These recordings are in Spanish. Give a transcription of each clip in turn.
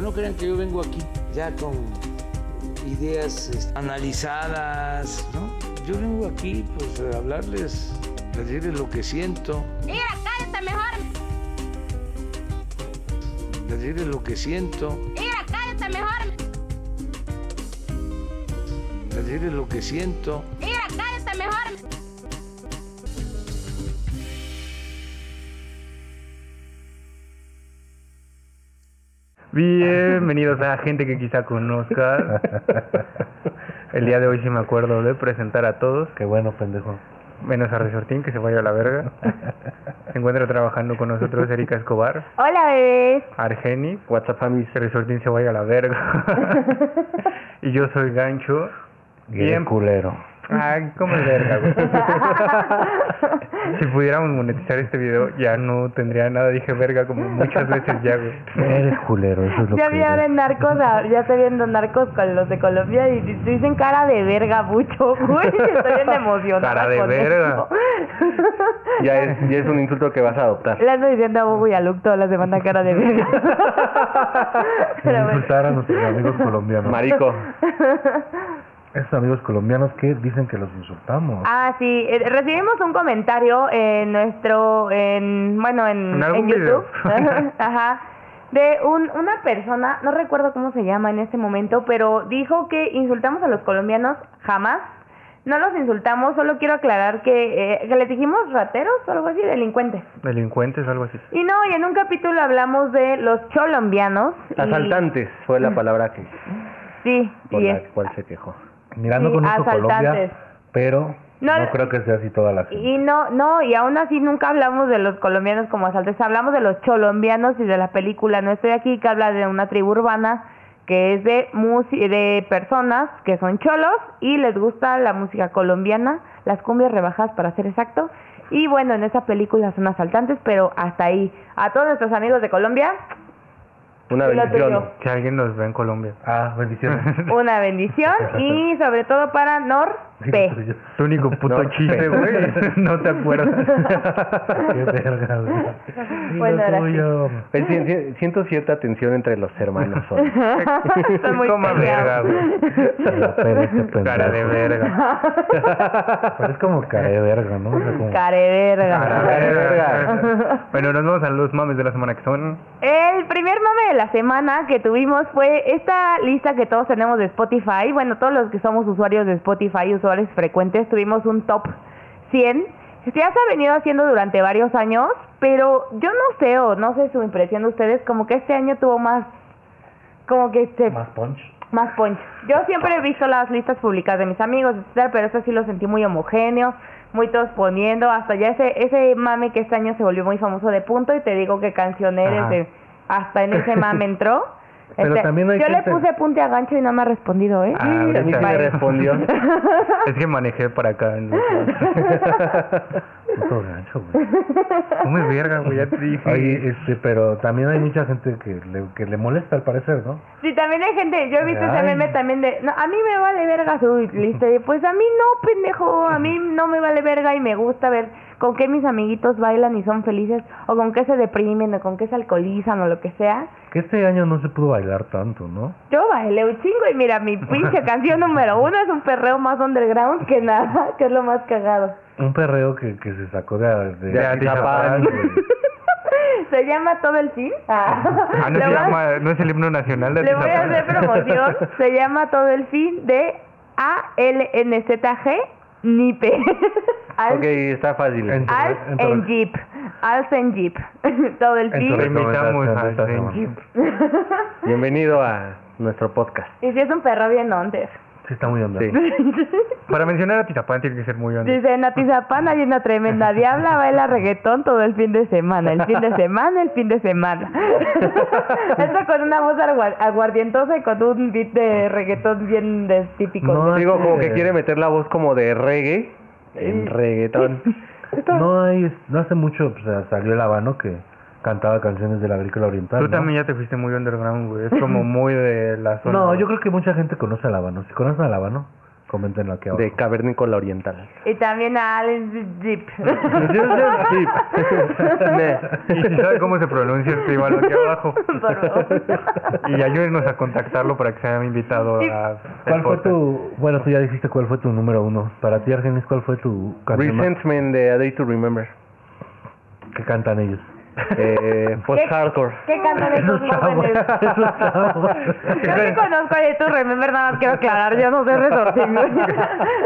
no crean que yo vengo aquí ya con ideas este, analizadas, ¿no? Yo vengo aquí pues a hablarles, a decirles lo que siento, Mira, cállate mejor. a decirles lo que siento, Mira, cállate mejor. a decirles lo que siento. Mira, cállate mejor. Bienvenidos a gente que quizá conozca. El día de hoy sí me acuerdo de presentar a todos, Qué bueno, pendejo. menos a Resortín, que se vaya a la verga. Se encuentra trabajando con nosotros Erika Escobar, Hola bebés. Argeni, WhatsApp Resortín se vaya a la verga. Y yo soy Gancho. Bien, Bien. culero. Ay, como el verga, güey. Si pudiéramos monetizar este video, ya no tendría nada. Dije verga como muchas veces ya, güey. Eres culero, eso es lo Ya que vi ahora en narcos, a- ya estoy viendo narcos con los de Colombia y di- dicen cara de verga mucho, güey. Estoy bien emocionada. Cara de con verga. esto. Ya es, ya es un insulto que vas a adoptar. Le ando diciendo a Bobo y a Luke todas las semanas cara de verga. Que Pero bueno. insultar a nuestros amigos colombianos. Marico. Esos amigos colombianos que dicen que los insultamos. Ah, sí, eh, recibimos un comentario en nuestro, en, bueno, en, En algún YouTube, video. ajá, de un, una persona, no recuerdo cómo se llama en este momento, pero dijo que insultamos a los colombianos jamás, no los insultamos, solo quiero aclarar que, eh, que les dijimos rateros o algo así, delincuentes. Delincuentes, algo así. Y no, y en un capítulo hablamos de los cholombianos. y- Asaltantes fue la palabra que Sí, por y la es- cual se quejó. Mirando sí, con eso asaltantes. Colombia, pero No, no, no. creo que sea así toda la gente. Y no, no, y aún así nunca hablamos de los colombianos como asaltantes, hablamos de los cholombianos y de la película No estoy aquí que habla de una tribu urbana que es de musi- de personas que son cholos y les gusta la música colombiana, las cumbias rebajadas para ser exacto. Y bueno, en esa película son asaltantes, pero hasta ahí. A todos nuestros amigos de Colombia, Una Sí, lo bendición. tuyo. Si alguien nos ve en Colombia. Ah, bendiciones. una bendición y sobre todo para Sí, Norpe. pero yo- Tu único puto No, chiste, pero- güey. No te acuerdas. Qué verga, güey. Y lo Bueno, ahora sí. tuyo. Pues Eh, si- si- Siento cierta tensión entre los hermanos. hoy. Son muy Coma verga, peleados. La pera este pendejo. Cara de verga. Pero es como cara de verga, ¿no? O sea, como- Careverga. Cara de verga. Bueno, nos vamos a los mames de la semana que son. El primer mame de la semana que tuvimos fue esta lista que todos tenemos de Spotify. Bueno, todos los que somos usuarios de Spotify, usuarios frecuentes, tuvimos un top 100. Ya se ha venido haciendo durante varios años, pero yo no sé, o no sé su impresión de ustedes, como que este año tuvo más, como que se Más punch. más punch. Yo siempre he visto las listas públicas de mis amigos, etcétera, pero este sí lo sentí muy homogéneo, muy todos poniendo, hasta ya ese, ese mame que este año se volvió muy famoso de punto y te digo que cancioneres Ajá. de- hasta en ese mame entró. Este, Pero también hay yo le gente- puse punte a gancho y no me ha respondido, ¿eh? Ah, A mí sí me ahorita. respondió. Es que manejé para acá. ¿no? Puto gancho, güey. Come verga, güey. Ya te dije. Oye, este, pero también hay mucha gente que le, que le molesta al parecer, ¿no? Sí, también hay gente, yo he visto ese Ay. meme también de, no, a mí me vale verga su lista, y pues a mí no, pendejo, a mí no me vale verga y me gusta ver con qué mis amiguitos bailan y son felices, o con qué se deprimen, o con qué se alcoholizan, o lo que sea. Que este año no se pudo bailar tanto, ¿no? Yo bailé un chingo y mira, mi pinche canción número uno es un perreo más underground que nada, que es lo más cagado. Un perreo que, que se sacó de, de, De Atizapán. Atizapán, güey. ¿Se llama todo el fin? Ah, Ah, no le se voy a- llama, no es el himno nacional de Le voy a Atizapán. hacer promoción. Se llama todo el fin de ALNZG NIPE. Al- Ok, está fácil. En- Alf Entonces- en Jeep. Alf en Jeep. Todo el Entonces- Te fin. invitamos Recomendación de a esta Zenji. Bienvenido a nuestro podcast. Y si es un perro bien antes. Sí, está muy onda. Sí. Para mencionar a Tizapán tiene que ser muy honesto. Dice, en Atizapán hay una tremenda diabla, baila reggaetón todo el fin de semana, el fin de semana, el fin de semana. Entra con una voz agua- aguardientosa y con un beat de reggaetón bien de- típico. No, Digo, como eh, que quiere meter la voz como de reggae en reggaetón. No hay, no hace mucho pues, eh, salió el habano que cantaba canciones de la agrícola oriental. Tú ¿no? también ya te fuiste muy underground, güey. Es como muy de la zona. No, yo creo que mucha gente conoce al habano. Si conocen al habano, Coméntenlo aquí abajo. de Cavernícola Oriental. Y también a Alex Deep. Y si sabe cómo se pronuncia, escríbanlo aquí abajo. Por favor. Y ayúdenos a contactarlo para que sea invitado a. el ¿Cuál fue podcast. tu... Bueno, tú ya dijiste cuál fue tu número uno. Para ti, Argenis, ¿cuál fue tu canción más- Resentment de A Day to Remember. que cantan ellos? Eh, post hardcore. ¿Qué cantan esos está jóvenes? bueno, eso está bueno. Yo que conozco a tu Remember, nada más quiero aclarar, yo no sé resorcingo.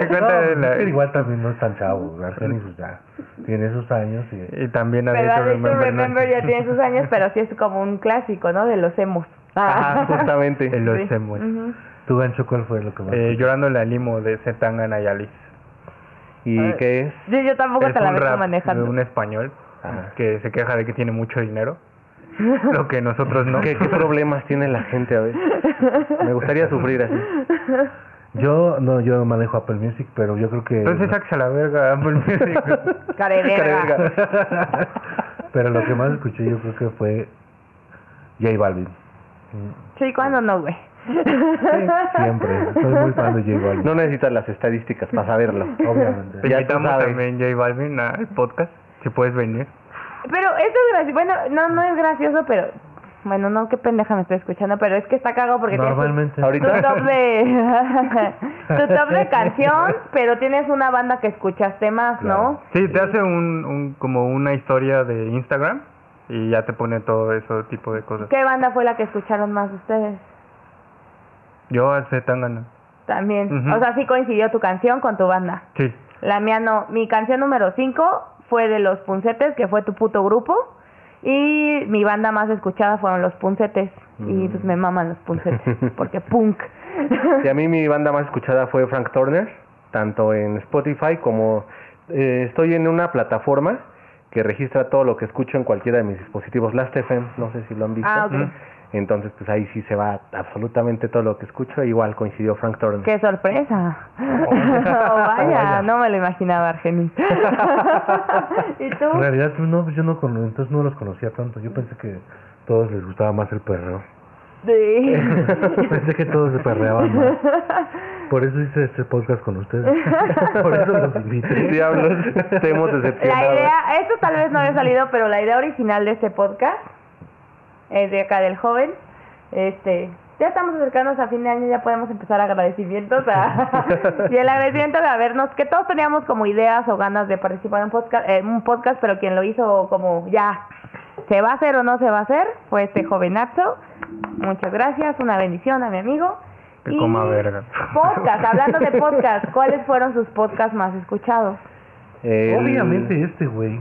Que cuenta No, de la- pero igual también no es tan chavo. Argenis pues, ya tiene sus años y... Eh. Y también a Pero Date Alex Remember, Remember, ¿no? ya tiene sus años, pero sí es como un clásico, ¿no? De los emos. Ah. Ajá, justamente. El Sí. Ocemo. Ujú. ¿Tu gancho cuál fue lo que más? Eh, llorando la limo de Zetangana y Alice. ¿Y qué es? Sí, yo tampoco Es te la un veo rap de manejando. un español Ajá. que se queja de que tiene mucho dinero. Lo que nosotros no. ¿Qué, qué problemas tiene la gente a veces? Me gustaría sufrir así. Yo no, yo manejo Apple Music, pero yo creo que... Entonces, sáquese a la verga, Apple Music. Cara de verga. pero lo que más escuché yo creo que fue J Balvin. Sí, ¿cuándo no, güey? Siempre. Soy muy fan de J Balvin. No necesitas las estadísticas para saberlo. Obviamente. Pues Te Ya tú invitamos sabes. también, J Balvin, al podcast. Si puedes venir. Pero esto es gracioso. Bueno, no, no es gracioso, pero. Bueno, no, qué pendeja me estoy escuchando, pero es que está cagado porque tienes Normalmente. tu, tu top de. tu top de canción, pero tienes una banda que escuchaste más, ¿no? Sí, te hace un, un- como una historia de Instagram y ya te pone todo ese tipo de cosas. ¿Qué banda fue la que escucharon más ustedes? Yo a Zetangana. También. Ujú. O sea, sí coincidió tu canción con tu banda. Sí. La mía no. Mi canción número 5 fue de Los Puncetes, que fue tu puto grupo. Y mi banda más escuchada fueron Los Puncetes. Y pues me maman Los Puncetes, porque punk. Y a mí mi banda más escuchada fue Frank Turner, tanto en Spotify como eh, estoy en una plataforma que registra todo lo que escucho en cualquiera de mis dispositivos, Last.fm, no sé si lo han visto. Ah, ok. Mm. Entonces, pues ahí sí se va absolutamente todo lo que escucho, igual coincidió Frank Turner. ¡Qué sorpresa! Oh, vaya, no me lo imaginaba, Argenis. ¿Y tú? En realidad no, pues yo no cono- entonces no los conocía tanto. Yo pensé que todos les gustaba más el perreo. Sí. pensé que todos se perreaban más. Por eso hice este podcast con ustedes. Por eso los invité. Diablos, te hemos La decepcionado. idea, esto tal vez no había salido, pero la idea original de este podcast es de acá del joven. Este, ya estamos acercándonos a fin de año, ya podemos empezar agradecimientos a- y el agradecimiento de habernos, que todos teníamos como ideas o ganas de participar en un podcast, en un podcast, pero quien lo hizo como ya se va a hacer o no se va a hacer fue este jovenazo. Muchas gracias, una bendición a mi amigo. Que coma verga. Podcast, hablando de podcast, ¿cuáles fueron sus podcasts más escuchados? El- Obviamente este, güey.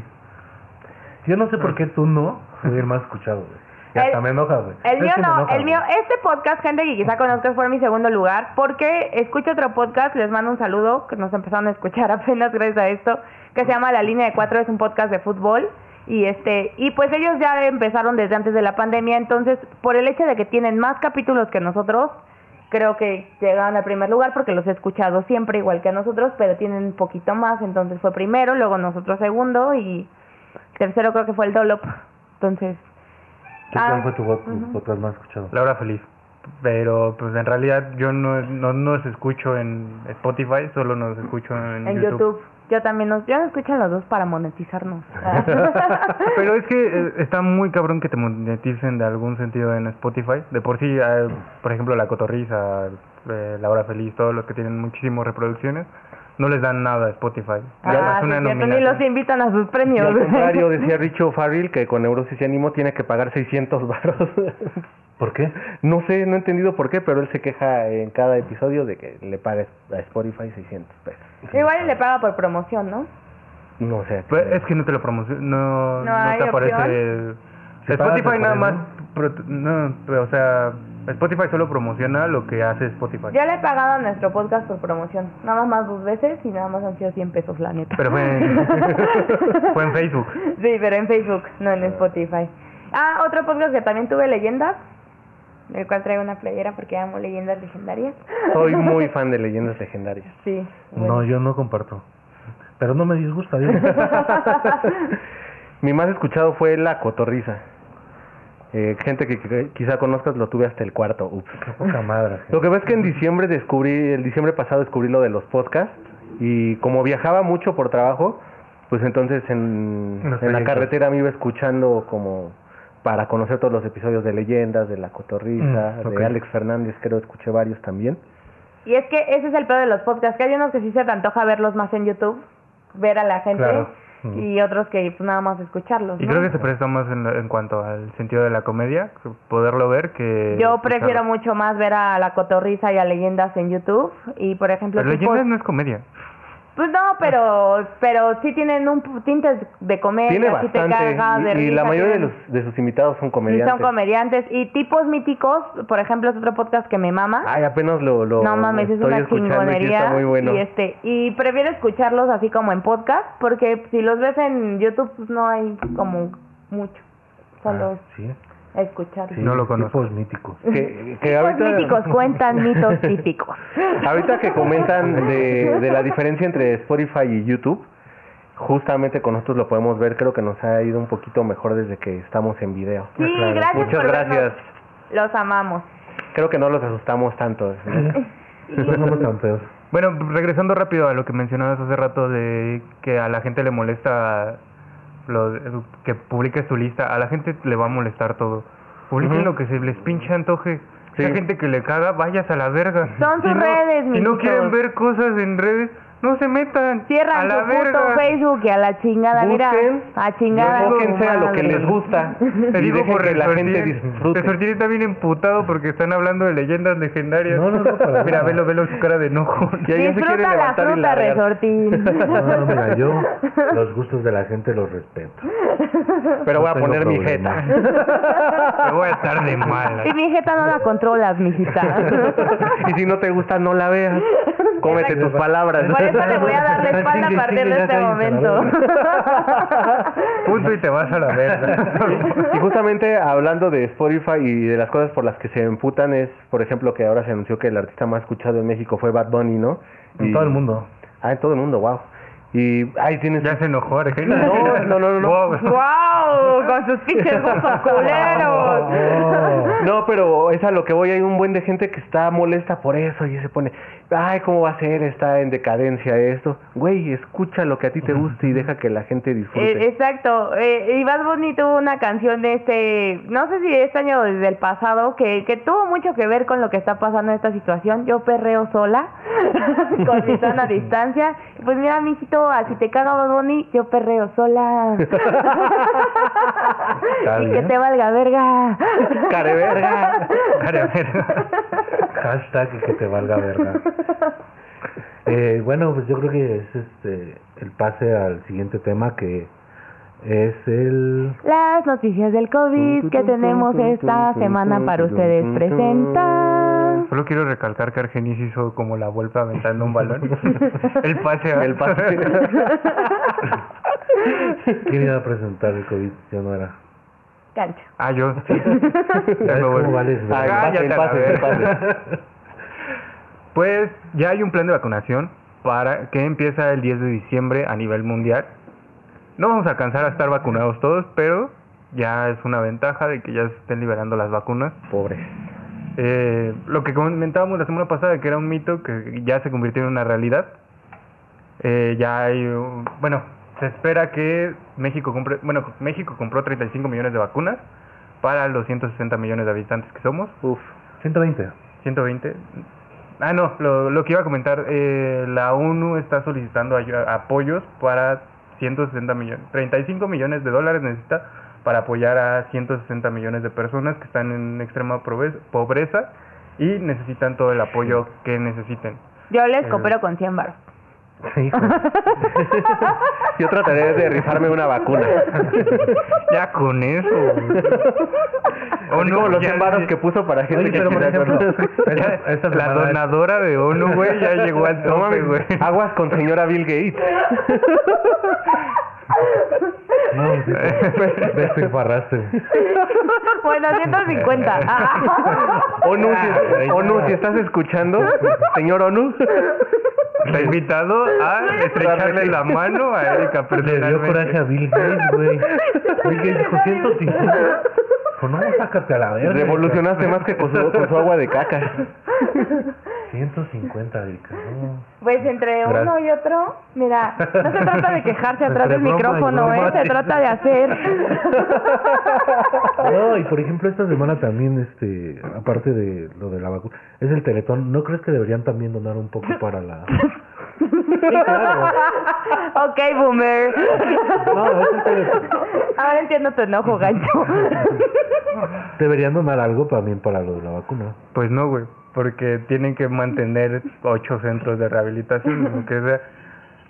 Yo no sé por qué tú no fui el más escuchado, güey. Y El- hasta me enoja, güey. El Es mío que me no, enoja, el mío, güey. este podcast, gente que quizá conozcas, fue mi segundo lugar, porque escucho otro podcast, les mando un saludo, que nos empezaron a escuchar apenas gracias a esto, que se llama La Línea de Cuatro, es un podcast de fútbol, y este, y pues ellos ya empezaron desde antes de la pandemia, entonces, por el hecho de que tienen más capítulos que nosotros, creo que llegaron al primer lugar porque los he escuchado siempre igual que a nosotros, pero tienen un poquito más, entonces fue primero, luego nosotros segundo, y tercero creo que fue el Dolop, entonces... ¿Tú ¿Cuál Ah, fue tu vo- tu podcast más escuchado? La hora feliz. Pero pues en realidad yo no, no nos escucho en Spotify, solo nos escucho en, En YouTube. Yo también nos, yo nos escuchan los dos para monetizarnos. Ah. Ah. Pero es que eh, está muy cabrón que te moneticen de algún sentido en Spotify. De por sí, eh, por ejemplo, La Cotorriza, eh, La Hora Feliz, todos los que tienen muchísimas reproducciones, no les dan nada a Spotify. Ah, es sí, una es cierto, ni los nominación. invitan a sus Y premios. al contrario, decía Richo Farrell que con Neurosis y Ánimo tiene que pagar 600 baros. ¿Por qué? No sé, no he entendido por qué, pero él se queja en cada episodio de que le paga a Spotify 600 pesos. Igual y le paga por promoción, ¿mo? No sé. Pues, es que no te lo promociona, no, No no, hay te opción. aparece. Si pagas Spotify el nada más, premio. pro- no, o sea, Spotify solo promociona lo que hace Spotify. Yo le he pagado a nuestro podcast por promoción. Nada más dos veces y nada más han sido 100 pesos, la neta. Pero fue en, fue en Facebook. Sí, pero en Facebook, no en Spotify. Ah, otro podcast que también tuve leyendas, del cual traigo una playera porque amo leyendas legendarias. Soy muy fan de leyendas legendarias. Sí. bueno. No, yo no comparto. Pero no me disgusta, digo. Mi más escuchado fue La Cotorriza. Eh, gente que, que quizá conozcas lo tuve hasta el cuarto. Ups. Poca madre. gente. Lo que ves que en diciembre descubrí, el diciembre pasado descubrí lo de los podcasts y como viajaba mucho por trabajo, pues entonces en, Los en la proyectos. carretera me iba escuchando como para conocer todos los episodios de Leyendas, de La Cotorrisa, Mm, ok. de Alex Fernández, creo escuché varios también. Y es que ese es el peor de los podcasts, que hay unos que sí se te antoja verlos más en YouTube, ver a la gente, Claro. y otros que pues, nada más escucharlos. Y ¿no? creo que se presta más en, en cuanto al sentido de la comedia, poderlo ver que... Yo prefiero escucharlo. mucho más ver a la cotorriza y a leyendas en YouTube. Y por ejemplo, Pero tipo- leyendas no es comedia. pues no, pero pero sí tienen un p- tintes de comedia, Tiene sí te bastante cargas y, de y risa, la mayoría de, tienen- los- de sus invitados son sí comediantes. son comediantes y tipos míticos, por ejemplo, es otro podcast que me mama. Ay, apenas lo, lo no mames, es estoy una escuchando y sí está chingonería. muy bueno. Y este y prefiero escucharlos así como en podcast porque si los ves en YouTube pues no hay como mucho, Ah, solo sí, escucharlos. sí, No lo conozco. Tipos míticos. que, que Tipos ahorita- Pues míticos cuentan mitos típicos. Ahorita que comentan de, de la diferencia entre Spotify y YouTube, justamente con nosotros lo podemos ver, creo que nos ha ido un poquito mejor desde que estamos en video. Sí, gracias Muchas por vernos. gracias. Los amamos. Creo que no los asustamos tanto. ¿eh? No somos tan feos. Bueno, regresando rápido a lo que mencionabas hace rato de que a la gente le molesta lo de- que publiques tu lista, a la gente le va a molestar todo. Publiquen Ujú. lo que se les pinche antoje. Si hay Sí. gente que le caga, vayas a la verga. Son sus redes, Si no mijitos. quieren ver cosas en redes, no se metan. a Cierran la su puto verga. Facebook y a la Pues chingada, mira, Busquen, a chingada. enfóquense a lo que les gusta. Te y digo dejen por que la gente resortir. disfrute. Resortir está bien emputado porque están hablando de leyendas legendarias. No, no, no, para Mira, nada. velo, velo su cara de enojo. Y ahí ya se quieren Disfruta la levantar y fruta, largar. resortín. No, no, mira, yo los gustos de la gente los respeto. Pero voy No a tengo poner mi problema. jeta. Pero voy a estar de mala. Y mi jeta no la controlas, mijita. y si no te gusta, no la veas. Cómete tus palabras. Por eso le voy a dar la espalda a Chingue, partir chingue, de ya este cállense, la momento. Punto y te vas a la verga. Y justamente hablando de Spotify y de las cosas por las que se emputan es, por ejemplo, que ahora se anunció que el artista más escuchado en México fue Bad Bunny, ¿no? En Y- todo el mundo. Ah, en todo el mundo, wow. Y ahí tienes... Ya se enojó Argelia. No, no, no, no, no. Wow. ¡Wow! Con sus pinches gozos Eh, culeros. No, pero es a lo que voy, hay un buen de gente que está molesta por eso y se pone, ay, ¿cómo va a ser? Está en decadencia esto. Güey, escucha lo que a ti te guste y deja que la gente Eh, disfrute. exacto. Eh, y Bad Bunny tuvo una canción de este, no sé si de este año o desde el pasado, que, que tuvo mucho que ver con lo que está pasando en esta situación. Yo perreo sola, con mi zona a distancia. Y Pues mira, mijito, así te caga Bad Bunny, yo perreo sola. y que bien. te valga verga. Careverga. Hashtag y que te valga verga. Eh, bueno, pues yo creo que es este el pase al siguiente tema que es el Las noticias del COVID que tenemos esta semana para ustedes presentan. Solo quiero recalcar que Argenis hizo como la vuelta aventando un balón. El pase. a- El pase. quién iba a presentar el COVID, yo no era. Cancha. Ah, yo. sí. Ya ¿Sabes me cómo voy. vales, Ah, verga? el Cállate pase, el a la pase, el verga. pase. Pues ya hay un plan de vacunación para que empieza el 10 de diciembre a nivel mundial. No vamos a alcanzar a estar vacunados todos, pero ya es una ventaja de que ya se estén liberando las vacunas. Pobre. Eh, lo que comentábamos la semana pasada, que era un mito que ya se convirtió en una realidad. Eh, ya hay, un- bueno, se espera que México compre, bueno, México compró 35 millones de vacunas para los 160 millones de habitantes que somos. Uf. 120. 120. Ah, no, lo, lo que iba a comentar, eh, la ONU está solicitando ayu- apoyos para 160 millones, 35 millones de dólares necesita para apoyar a 160 millones de personas que están en extrema pobrez- pobreza y necesitan todo el apoyo que necesiten. Yo les coopero con 100 baros. Hijo. Yo trataré de rifarme una vacuna. Ya con eso. O O no, los Ah, ya- 100 varos que puso para gente Oye, que pero por quiera ejemplo, verlo. esta, ya- esta la semana- donadora de ONU, güey, ya llegó al No tope, mames, güey. Aguas con señora Bill Gates. No, sí, te despilfarraste. Bueno, 150. Ah. ONU, Ah, si, güey, ONU, ya. si estás escuchando, señor ONU, Está invitado a estrecharle la mano a Erika Le dio personalmente. coraje a Bill Gates, güey. Bill Gates dijo 150. dijo, Pues no, sácate a la verga. Revolucionaste más que con su, con su agua de caca. 150, Erika, no. Pues entre Gracias. uno y otro, mira, no se trata de quejarse atrás Entre del broma y micrófono, broma, ¿eh? Se sí. trata de hacer. No, y por ejemplo, esta semana también, este, aparte de lo de la vacuna, es el teletón. ¿No crees que deberían también donar un poco para la.? Sí, claro. ok, boomer. No, es el teletón. Ahora entiendo tu enojo, gancho. Deberían donar algo también para lo de la vacuna. Pues no, güey, porque tienen que mantener ocho centros de rehabilitación, lo que sea.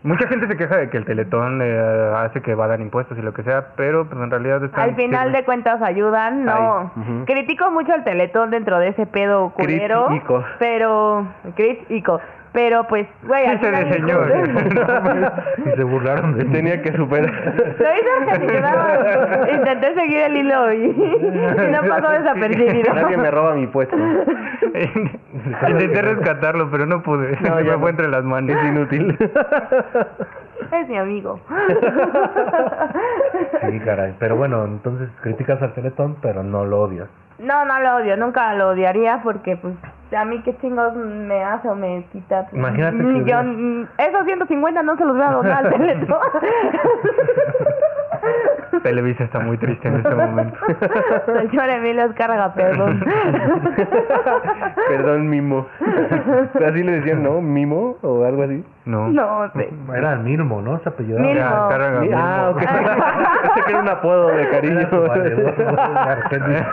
Mucha gente se queja de que el Teletón eh, hace que va a dar impuestos y lo que sea, pero pues en realidad están- Al final de cuentas ayudan, no. Ay, ujú. Critico mucho el teletón dentro de ese pedo culero. Critico. Pero. Critico. Pero pues, güey. al Chiste de final- señor. Y se burlaron de mí. Tenía que superar. Lo hice obsesionado. Intenté seguir el hilo y, y no pasó desapercibido. Nadie me roba mi puesto. Intenté rescatarlo, pero no pude. No, No, ya me no. fue entre las manos. Es inútil. Es mi amigo. Sí, caray. Pero bueno, entonces criticas al teletón, pero no lo odias. No, no lo odio, nunca lo odiaría porque, pues, a mí qué chingos me hace o me quita. Pues, Imagínate ni que yo, hubieras- mm, esos 150 no se los voy a donar al Teletón. Televisa está muy triste en este momento. Señor Emilio Escarga, perdón. Perdón, mimo. Así le decían, ¿no? Mimo o algo así. No. No sé. Era Milmo, ¿no? Se apellidaba. Mil- Ya, carga, Mi- mismo. Ah, ok. Pensé que era un apodo de Era su valedor, güey, de cariño. Argelia.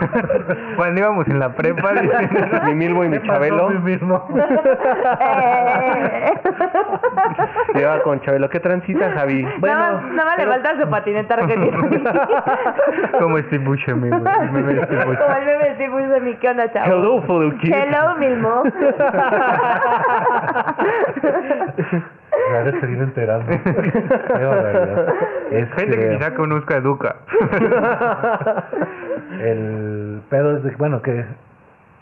Cuando íbamos en la prepa, dicen, mi Milmo y mi ¿Qué pasó, Chabelo. mi Milmo? Eh. Lleva con Chabelo. ¿Qué transita, Javi? nada más, nada más le falta su patineta argentina. como Steve Buscemi, güey. el meme de Steve Como el Buscemi. meme de Steve Buscemi, ¿qué onda, chavo? Hello, fellow kids. Hello, Milmo. Pues Me ha de seguir enterando. Qué barbaridad. Gente que este Este, quizá conozca a Educa. El pedo es de, bueno, que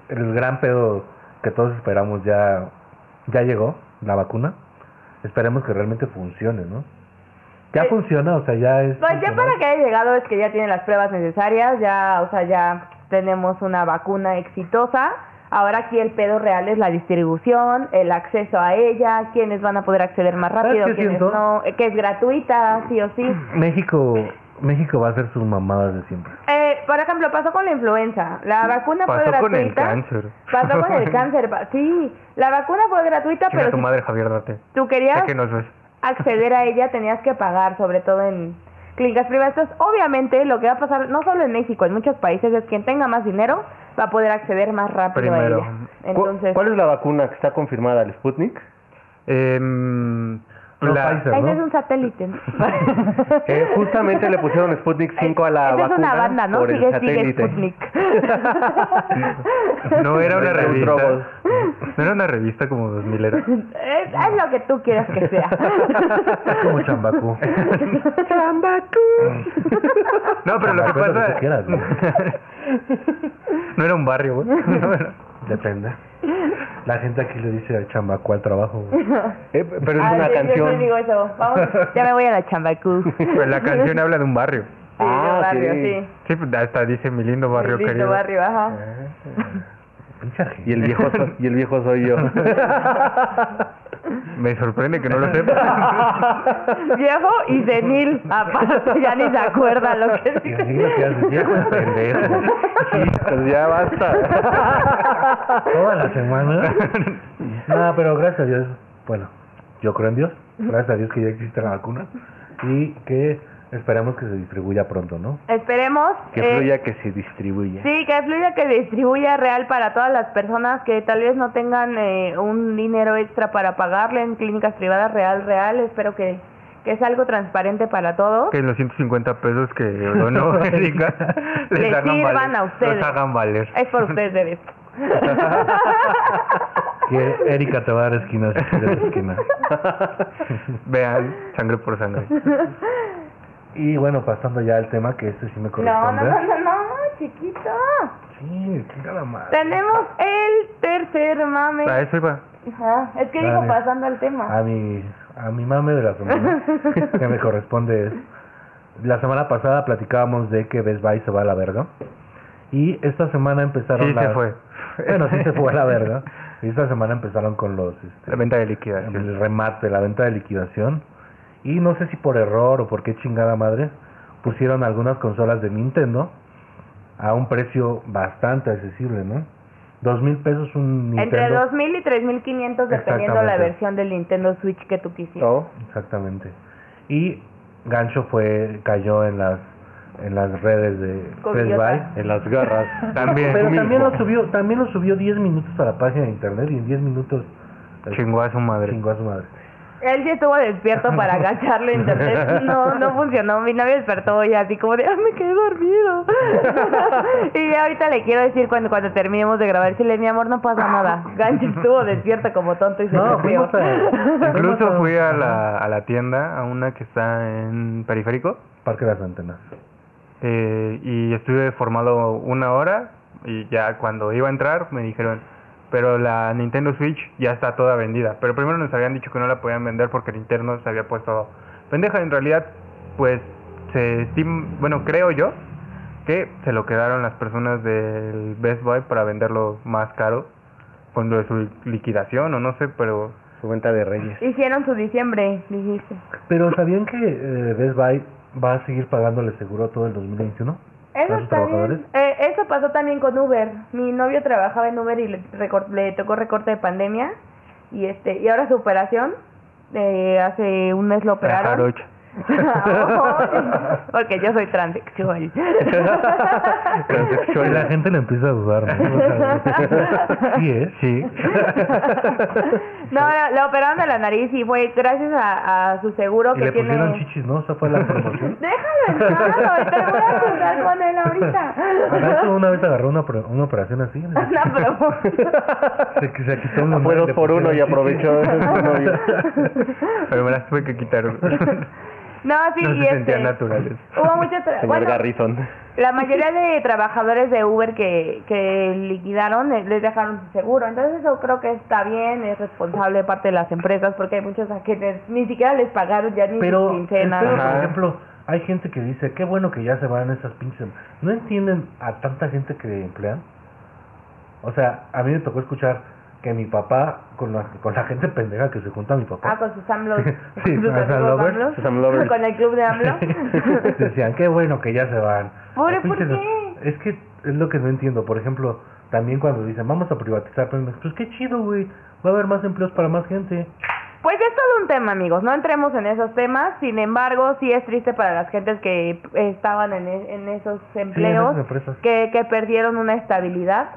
el gran pedo que todos esperamos ya, ya llegó, la vacuna. Esperemos que realmente funcione, ¿no? Ya Pues- funciona, o sea, ya es... Pues ya para que haya llegado es que ya tienen las pruebas necesarias, ya, o sea, ya tenemos una vacuna exitosa. Ahora aquí el pedo real es la distribución, el acceso a ella, quiénes van a poder acceder más ¿Sabes rápido, qué quiénes siento? no, eh, que es gratuita, sí o sí. México, México va a hacer sus mamadas de siempre. Eh, por ejemplo, pasó con la influenza. La vacuna fue Pasó gratuita. con el cáncer. Pasó con el cáncer. pa- Sí, la vacuna fue gratuita, Chinga pero tu si madre, Javier Date. tú Ya querías que nos ves. acceder a ella tenías que pagar, sobre todo en clínicas privadas. Entonces, obviamente, lo que va a pasar, no solo en México, en muchos países, es quien tenga más dinero va a poder acceder más rápido Primero. a ella. ¿Cu- Entonces, ¿Cuál es la vacuna que está confirmada? ¿El Sputnik? Em, la, Pfizer, ese no? es un satélite. ¿no? Eh, justamente le pusieron Sputnik 5 a la Esa vacuna es una banda, ¿no? por el Sigue, sigue satélite. Sputnik. no era una Ahí está un revista. trobo. No era una revista como 2000 era. es, es lo que tú quieras que sea. Como chambacú. No, pero lo que Acuérdate pasa. que quieras, ¿no? No era un barrio, güey. No era- Depende. La gente aquí le dice chambacú al trabajo. güey. Eh, pero es Ah, una sí, Yo canción. siempre digo eso. Vamos, ya me voy a la chambacú. Pues la canción habla de un barrio. Sí, de Ah, barrio, sí. sí. Sí, pues, hasta dice mi lindo barrio Lindo querido. barrio, ajá. Pinche gente. Y el viejo so- y el viejo soy yo. Me sorprende que no lo sepa. Viejo y senil, aparte, ya ni se acuerda lo que Y así lo que haces, viejo es pendejo. Pues ya basta. Toda la semana. No, pero gracias a Dios. Bueno, yo creo en Dios. Gracias a Dios que ya existe la vacuna. Y que esperemos que se distribuya pronto, ¿no? Esperemos Que eh, fluya, que se distribuya. Sí, que fluya, que distribuya real para todas las personas que tal vez no tengan eh, un dinero extra para pagarle en clínicas privadas real, real. Espero que, que es algo transparente para todos. que los 150 pesos que donó Erika les, Les hagan sirvan valer. a ustedes. Los hagan valer. Es por ustedes, bebés. Que Erika te va a dar esquina si quieres esquina. Vean, sangre por sangre. Y bueno, pasando ya al tema que este sí me No, corresponde. no, no, no, no, chiquito. Sí, chingada madre. Tenemos el tercer mame. A Ah, eso iba. Ajá, Es que digo Dale. pasando al tema. A mi, a mi mame de la semana que me corresponde es... La semana pasada platicábamos de que Best Buy se va a la verga. Y esta semana empezaron Sí, se las- fue. Bueno, sí se fue a la verga. Y esta semana empezaron con los... este, La venta de liquidación. el remate, la venta de liquidación. Y no sé si por error o por qué chingada madre, pusieron algunas consolas de Nintendo a un precio bastante accesible, ¿no? Dos mil pesos un Nintendo. Entre 2.000 y 3.500 dependiendo la Exactamente. versión del Nintendo Switch que tú quisieras. ¿No? Exactamente. Y Gancho fue cayó en las en las redes de Best Buy. Covidiota. En las garras. También. Pero tú también mismo. lo subió, también lo subió 10 minutos a la página de internet y en 10 minutos eh, Chingó a su madre. chingó a su madre. Él sí estuvo despierto para agacharlo, entonces no, no funcionó. Mi novio despertó y así como de, "Ah, me quedé dormido. y ahorita le quiero decir cuando, cuando terminemos de grabar, si le mi amor, no pasa nada. Gancho estuvo despierto como tonto y se No, durmió. fuimos a- Incluso fui a la, a la tienda, a una que está en Periférico, Parque de las Antenas. eh, y estuve formado una hora y ya cuando iba a entrar me dijeron, pero la Nintendo Switch ya está toda vendida. Pero primero nos habían dicho que no la podían vender porque el interno se había puesto pendeja. En realidad, pues se estim- bueno, creo yo que se lo quedaron las personas del Best Buy para venderlo más caro con lo de su liquidación o no sé, pero Su venta de reyes. Hicieron su diciembre, dijiste. Pero ¿sabían que eh, Best Buy va a seguir pagándole seguro todo el 2021? Eso ¿A sus está bien. trabajadores? Eh, eso pasó también con Uber. Mi novio trabajaba en Uber y le, recor- le tocó recorte de pandemia y este y ahora su operación eh, hace un mes lo la operaron. jarocha. Porque yo soy transexual. Y la gente le empieza a dudar, ¿no? O sea, sí es. Sí. No, la, la operaron de la nariz y fue gracias a, a su seguro Y que le tiene. pusieron chichis, ¿no? Esa fue la promoción. Déjalo entrar, ahorita voy a cruzar con él ahorita. Nacho una vez agarró una, pro- una operación así. ¿no? La promo. Se, qui- se quitó un Ah, Fue lunar le dos por pusieron uno y chichis. aprovechó. Pero me las tuve que quitar. No, sí, no y se sentían este, naturales. Hubo muchas. tra- Señor bueno, Garrison. La mayoría de trabajadores de Uber que, que liquidaron eh, les dejaron su seguro. Entonces, eso creo que está bien, es responsable de parte de las empresas, porque hay muchas a quienes ni siquiera les pagaron ya ni Pero, este, su quincena. espero, Ajá. por ejemplo, hay gente que dice, qué bueno que ya se van esas pinches... em-". ¿No entienden a tanta gente que emplean? O sea, a mí me tocó escuchar que mi papá, con la, con la gente pendeja que se junta mi papá... Ah, con sus AMLOs. Sí, Sus con los amigos lovers, AMLOs. sus amlovers. Con el club de AMLO. Decían, qué bueno que ya se van. Pobre, Los ¿por pinches- qué? Es que es lo que no entiendo. Por ejemplo, también cuando dicen, vamos a privatizar, Pemex", pues qué chido, güey. Va a haber más empleos para más gente. Pues es todo un tema, amigos. No entremos en esos temas. Sin embargo, sí es triste para las gentes que estaban en, e- en esos empleos, esas empresas. que, que perdieron una estabilidad.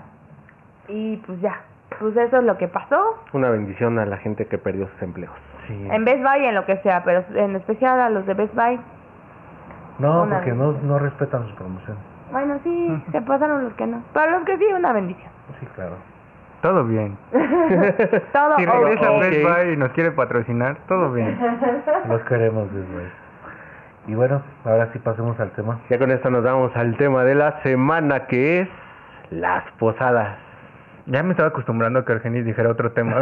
Y pues ya, pues eso es lo que pasó. Una bendición a la gente que perdió sus empleos. Sí. En Best Buy, en lo que sea, pero en especial a los de Best Buy. No, una porque no, no respetan sus promociones. Bueno, sí, Ah. se pasaron los que no. Pero los que sí, una bendición. Sí, claro. Todo bien. Todo Si regresa ok. Best Buy y nos quiere patrocinar, todo bien. Los queremos, Best Buy. Y bueno, ahora sí pasemos al tema. Ya con esto nos vamos al tema de la semana que es las posadas. Ya me estaba acostumbrando a que Argenis dijera otro tema.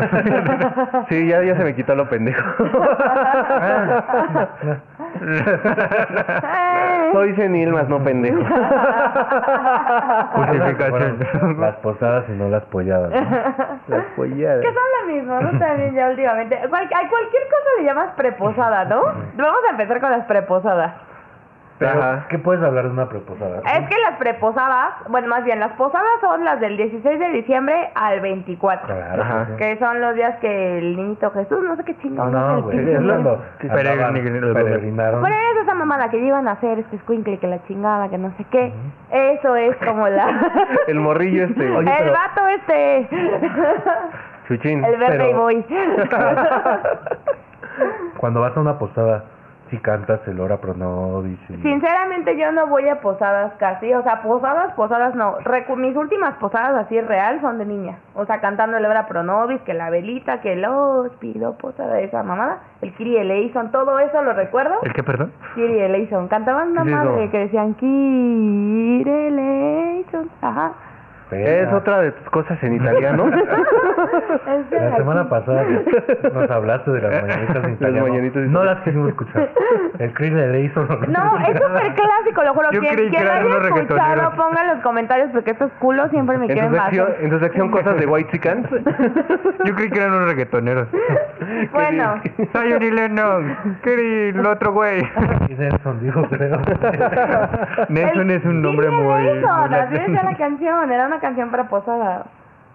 Sí, ya, ya se me quitó lo pendejo. Soy senil más no pendejo. Justificación. Bueno, las posadas y no las polladas. ¿no? Las Que polladas. son lo mismo, ¿no? También ya últimamente. Cual- a cualquier cosa le llamas preposada, ¿no? Vamos a empezar con las preposadas. Pero, Ajá. ¿qué puedes hablar de una preposada? Es que las preposadas, bueno, más bien las posadas son las del 16 de diciembre al 24. Claro. Ajá. pues, Que son los días que el niñito Jesús, no sé qué chingón. No, sé güey. qué Es chingón. cuando andaban- Peregrin- peregrinaron. Bueno, es esa mamada que le iban a hacer, este escuincle que la chingada, que no sé qué. Eso es como la... El morrillo este. el Oye, pero- vato este. Chuchín. el verde y pero- boy. Cuando vas a una posada, si cantas el hora pro nobis. y- Sinceramente yo no voy a posadas casi, o sea, posadas, posadas no. Recu- mis últimas posadas así real son de niña, o sea, cantando el Ebra Pronovis, que la velita, que los pido posada esa mamada, el Kiri Eleison, todo eso lo recuerdo. ¿El qué, perdón? Kiri Eleison, cantaban una Kiri Eleison. madre que decían Kiri Eleison, ajá. pena. Es otra de tus cosas en italiano. Es de La semana aquí. pasada nos hablaste de las mañanitas en Las italiano. mañanitas en No italiano. las quisimos escuchar. El Chris le hizo. No, es súper clásico, lo juro. Yo Quien, creí que quien lo eran haya unos escuchado, reggaetoneros. ponga en los comentarios porque estos culos siempre me En tu, quieren más. ¿eh? sección, en tu sección cosas de White Chickens. Yo creí que eran unos reggaetoneros. Bueno, Soy Uri Lennox, Chris, el otro güey. Y Nelson dijo, creo. Nelson el- es un ¿quién nombre era muy... eso? muy Así decía la latino. canción, era una canción para posada.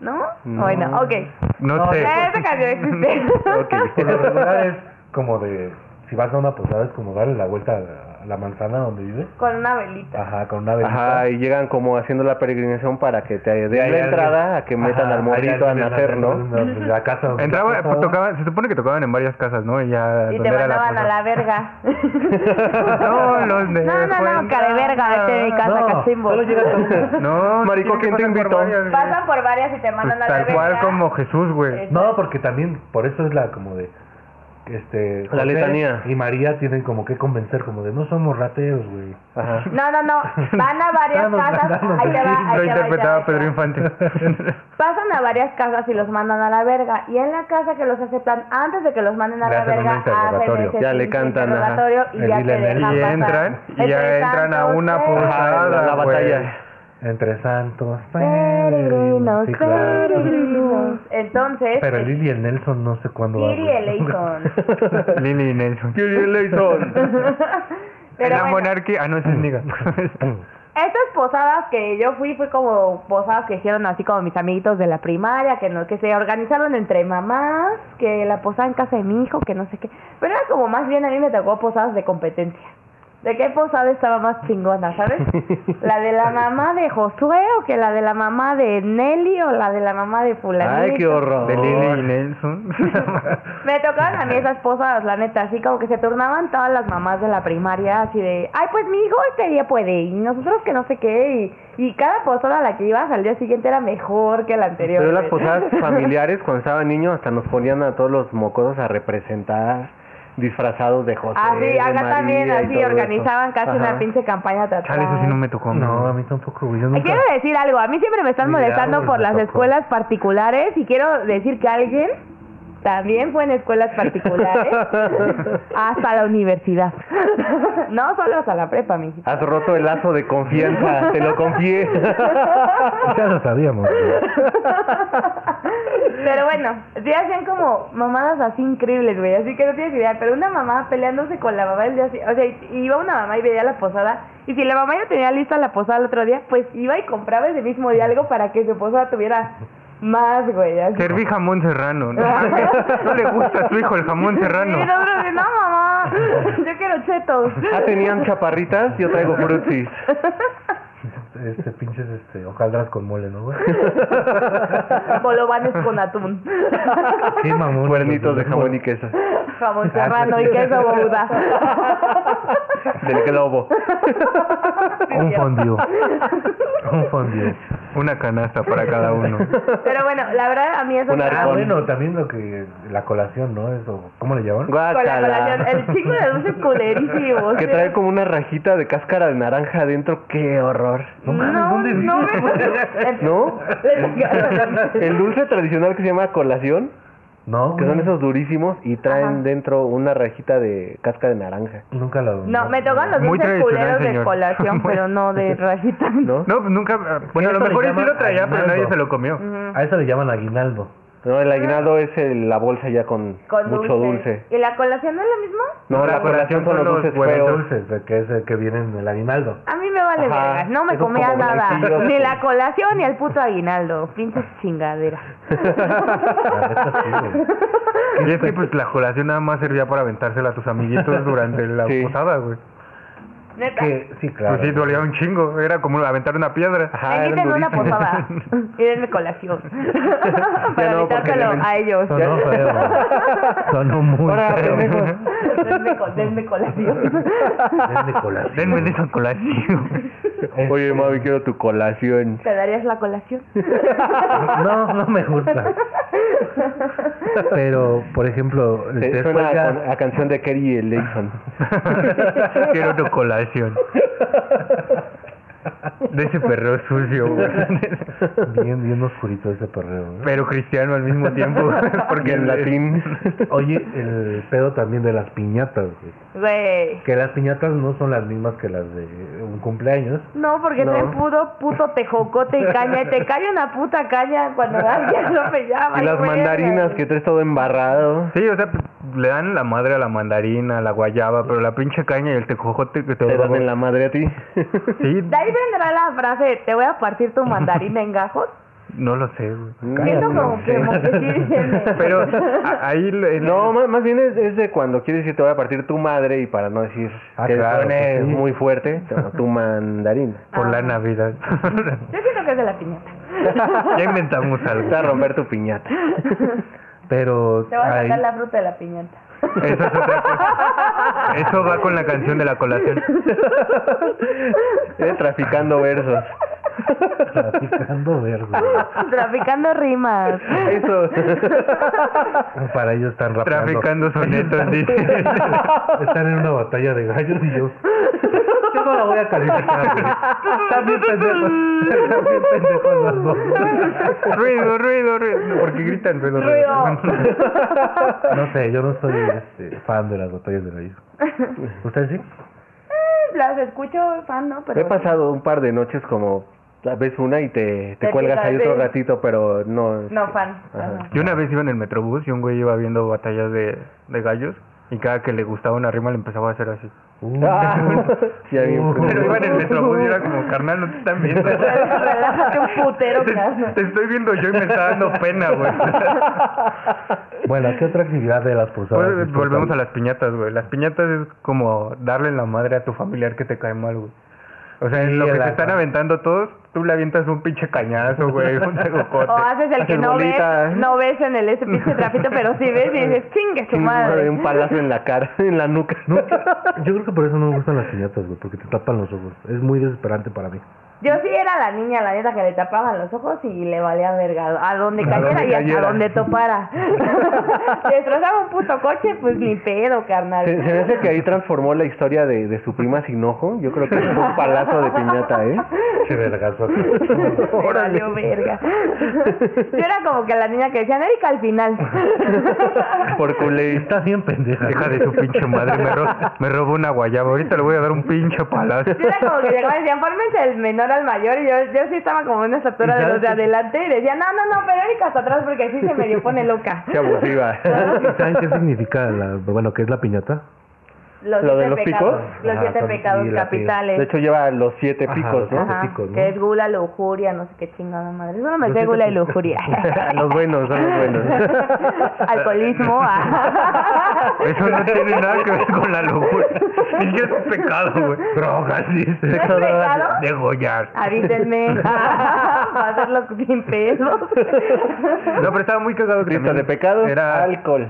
¿No? Bueno, ok. No sé. Esa canción este. existe. Por lo regular es como de. Si vas a una posada, es como darle la vuelta a la- a la manzana donde vive. Con una velita. Ajá, con una velita. Ajá, y llegan como haciendo la peregrinación para que te Y hay den la alguien- entrada a que metan Ajá, al morrito hay a alguien en la- nacer, ¿no? en La casa donde Entraba, pues, está posada. tocaban, se supone que tocaban en varias casas, ¿no? Y ya Y donde te era la mandaban a posada. la verga. No, los de No, no, no, Fuenca. cara de verga, vete de mi casa, No, cachimbo. solo llegas a una. No, Marico, tiene que ¿quién te pasar por invitó? varias, güey. Pasan por varias y te mandan a Pues la tal verga. cual como Jesús, güey. Eh, No, porque también, por eso es la como de. Este, La letanía. Y María tienen como que convencer, como de no somos rateros, güey. Ajá. No, no, no. Van a varias Danos, casas. danos, Ahí te va, ahí te va, ahí Lo te va, ahí interpretaba te va. Pedro Infante. Pasan a varias casas y los mandan a la verga. Y en la casa que los aceptan, antes de que los manden a Le la hacen un verga, hacen interrogatorio. ese Ya le pinche cantan, ajá. interrogatorio y El ya dile te en el- dejan y pasar. entran, y Entre ya entran a tanto, una ustedes- Ajá, posada, la, la güey. batalla. Entre santos, Peregrinos, Sí, claro. peregrinos. Entonces, Pero Lili y el Nelson no sé cuándo va a Kiri volver. Eleison. Lili y Nelson. Kiri Leison. Pero la bueno, monarquía. Ah, no, ese es Niga. Estas posadas que yo fui, fue como posadas que hicieron así como mis amiguitos de la primaria, que no que se organizaron entre mamás, que la posada en casa de mi hijo, que no sé qué. Pero era como más bien, a mí me tocó posadas de competencia. ¿De qué posada estaba más chingona, sabes? ¿La de la mamá de Josué o que la de la mamá de Nelly o la de la mamá de fulanito? Ay, qué horror. De Lili y Nelson. Me tocaban a mí esas posadas, la neta, así como que se turnaban todas las mamás de la primaria, así de, ay, pues mi hijo este día puede, y nosotros que no sé qué, y, y cada posada a la que ibas al día siguiente era mejor que la anterior. Pero las güey. posadas familiares, cuando estaba niño, hasta nos ponían a todos los mocosos a representar disfrazados de José. Así, de Ah, acá María también, y todo así, eso. organizaban casi Ajá. una pinche campaña teatral. Chale, eso sí no me tocó. No, a mí tampoco, güey. Yo Ay, nunca... Quiero decir algo, a mí siempre me están Ni de molestando árbol por me las tocó. escuelas particulares y quiero decir que alguien también fue en escuelas particulares hasta la universidad. no solo hasta la prepa, mi Has roto el lazo de confianza, te lo confié. Ya lo sabíamos. güey. Pero bueno, sí hacían como mamadas así increíbles, güey, así que no tienes idea, pero una mamá peleándose con la mamá del día, así- o sea, y- iba una mamá y veía la posada, y si la mamá ya tenía lista la posada el otro día, pues iba y compraba ese mismo día algo para que su posada tuviera más, güey, así. Serví jamón serrano. No, mames, no le gusta a tu hijo el jamón serrano. Y nosotros de, no mamá, yo quiero chetos. Ah, tenían chaparritas, yo traigo frutis. Este, pinches, este, hojaldras con mole, ¿no, güey? Bolovanes con atún. Sí, mamón. Cuernitos de jamón y queso. Jamón serrano y queso bouda. Del globo. Un fondió. Un fondió. Una canasta para cada uno. Pero bueno, la verdad a mí eso Una Ah, Con- bueno, también lo que... La colación, ¿no? Eso, ¿Cómo le llaman? con la colación, el Guácala. chico de dulces culerísimos. Que trae como una rajita de cáscara de naranja adentro, qué horror. No, no, me gusta. ¿No? El dulce tradicional que se llama colación, No, que son güey, esos durísimos y traen Ajá. dentro una rajita de cáscara de naranja. Nunca lo... No, me tocan los Muy dulces tradicional, culeros de señor. colación, pero no de rajitas. ¿No? No, pues nunca. Bueno, a lo Eso le mejor y sí llaman lo traía, pero nadie aguinaldo. se lo comió. Mm. A eso le llaman aguinaldo. No, el aguinaldo es el- la bolsa ya con, Ah. Con mucho dulce. ¿Y la colación no es lo mismo? No, la colación son los dulces Bueno, feos. dulces, de que es el que viene en el aguinaldo. A mí me vale Ajá, verga, no me esos comía como nada, blanquillos ni con- la colación ni el puto aguinaldo, pinches chingaderas. La neta, sí, güey. Y es que pues la colación nada más servía para aventársela a tus amiguitos durante la Sí. posada, güey. Neta, Que, sí, claro. Pues sí, dolía un chingo. Era como aventar una piedra. Ajá, eran inviten una durísimos. posada y denme colación para no, porque invitárselo le- a ellos. Sonó feo. Sonó muy Ahora, feo. pendejos. Denme, co- denme colación. Denme colación. Denme de esa colación. Este, Oye, mami, quiero tu colación. ¿Te darías la colación? No, no me gusta. Pero, por ejemplo, Se- este, suena a, juega- can- a canción de Kerry Leison. Quiero tu colación. de ese perreo sucio, güey. Bien, bien oscurito ese perreo. ¿no? Pero cristiano al mismo tiempo, güey, porque en el- latín. Oye, el pedo también de las piñatas, güey. Güey. Que las piñatas no son las mismas que las de un cumpleaños. No, porque No. traen puro puto tejocote y caña. Y te cae una puta caña cuando alguien lo me llama. Y las mandarinas que traes todo embarrado. Sí, o sea, pues, le dan la madre a la mandarina, a la guayaba, pero la pinche caña y el tecojote que te Te dan en la madre a ti. Sí, De ahí vendrá la frase, te voy a partir tu mandarina en gajos. no lo sé, güey. Siento como que, como que sí dicen, Pero a- ahí... le- No, ma- más, bien es, es de cuando quieres decir te voy a partir tu madre y para no decir Ah, que claro, suene pues sí. muy fuerte, no, tu mandarina. Por la Navidad. Yo siento que es de la piñata. ya inventamos algo. Te va a romper tu piñata. Pero Te voy a ahí- sacar la fruta de la piñata. Eso es otra cosa. Eso va con la canción de la colación. Eh, traficando versos. traficando verde. güey. Traficando rimas. Eso. Para ellos están rapeando. Traficando sonetos, dice. Están en una batalla de gallos y yo. Yo no la voy a calificar, güey. Están bien pendejos. Están bien pendejos los dos. ruido, ruido, ruido. Porque gritan ruido, ruido. No sé, yo no soy este, fan de las batallas de gallos. ¿Usted sí? Las escucho, fan, ¿no? Me he Pero pasado un par de noches como la ves una y te, te Te cuelgas ahí otro picas, sí. ratito, pero no. no fan. Ajá. Yo una vez iba en el metrobús y un güey iba viendo batallas de, de gallos y cada que le gustaba una rima le empezaba a hacer así. Mm. Ah, ya bien. Uh. Pero iba en el metrobús y era como, carnal, no te están viendo. Relájate un putero, carnal. Te, te estoy viendo yo y me está dando pena, güey. Bueno, ¿qué otra actividad de las posadas? Pues, disfrutan? volvemos a las piñatas, güey. Las piñatas es como darle la madre a tu familiar que te cae mal, güey. O sea, Sí, en lo que la- te están aventando todos, tú le avientas un pinche cañazo, güey, un tejocote. O haces el que Haces no bolita, ¿eh? ves, no ves en el ese pinche trapito, pero sí ves y dices, chingue su madre. Un palazo en la cara, en la nuca. No, yo creo que por eso no me gustan las piñatas, güey, porque te tapan los ojos. Es muy desesperante para mí. Yo sí era la niña, la neta, que le tapaban los ojos y le valía verga. A donde A cayera donde y hasta cayera. donde topara. Destrozaba un puto coche, pues ni pedo, carnal. Se, se me hace que ahí transformó la historia de, de su prima sin ojo. Yo creo que es un palazo de piñata, ¿eh? Che vergazo. Me valió verga. Yo era como que la niña que decían, Erika, al final. Por culé. Está bien pendeja. Deja de su pinche madre, me, ro me robo una guayaba. Ahorita le voy a dar un pinche palazo. Yo era como que llegaba y decían, fórmense del menor al mayor. Y yo, yo sí estaba como en una estatura de los de adelante. Y decía, no, no, no, pero Erika hasta atrás porque sí se medio pone loca. Qué abusiva. ¿Saben qué significa la, bueno, qué es la piñata? Los ¿Lo de siete los pecados, picos? Los Ajá, siete son- pecados y la piedra. capitales. De hecho, lleva los siete Ajá, picos, ¿no? los Ajá, picos, ¿no? que es gula, lujuria, no sé qué chingada madre. Eso no Los me sé siete gula y picos. lujuria. Ah, Los buenos, son los buenos. Alcoholismo. ah. Eso no tiene nada que ver con la locura. Ni que es pecado, güey. Drogas, dice. ¿No es pecado? Degollar. Avísenme. Va a ser los sin pedos. No, pero estaba muy cagado. que Lista de también pecados, Era, alcohol.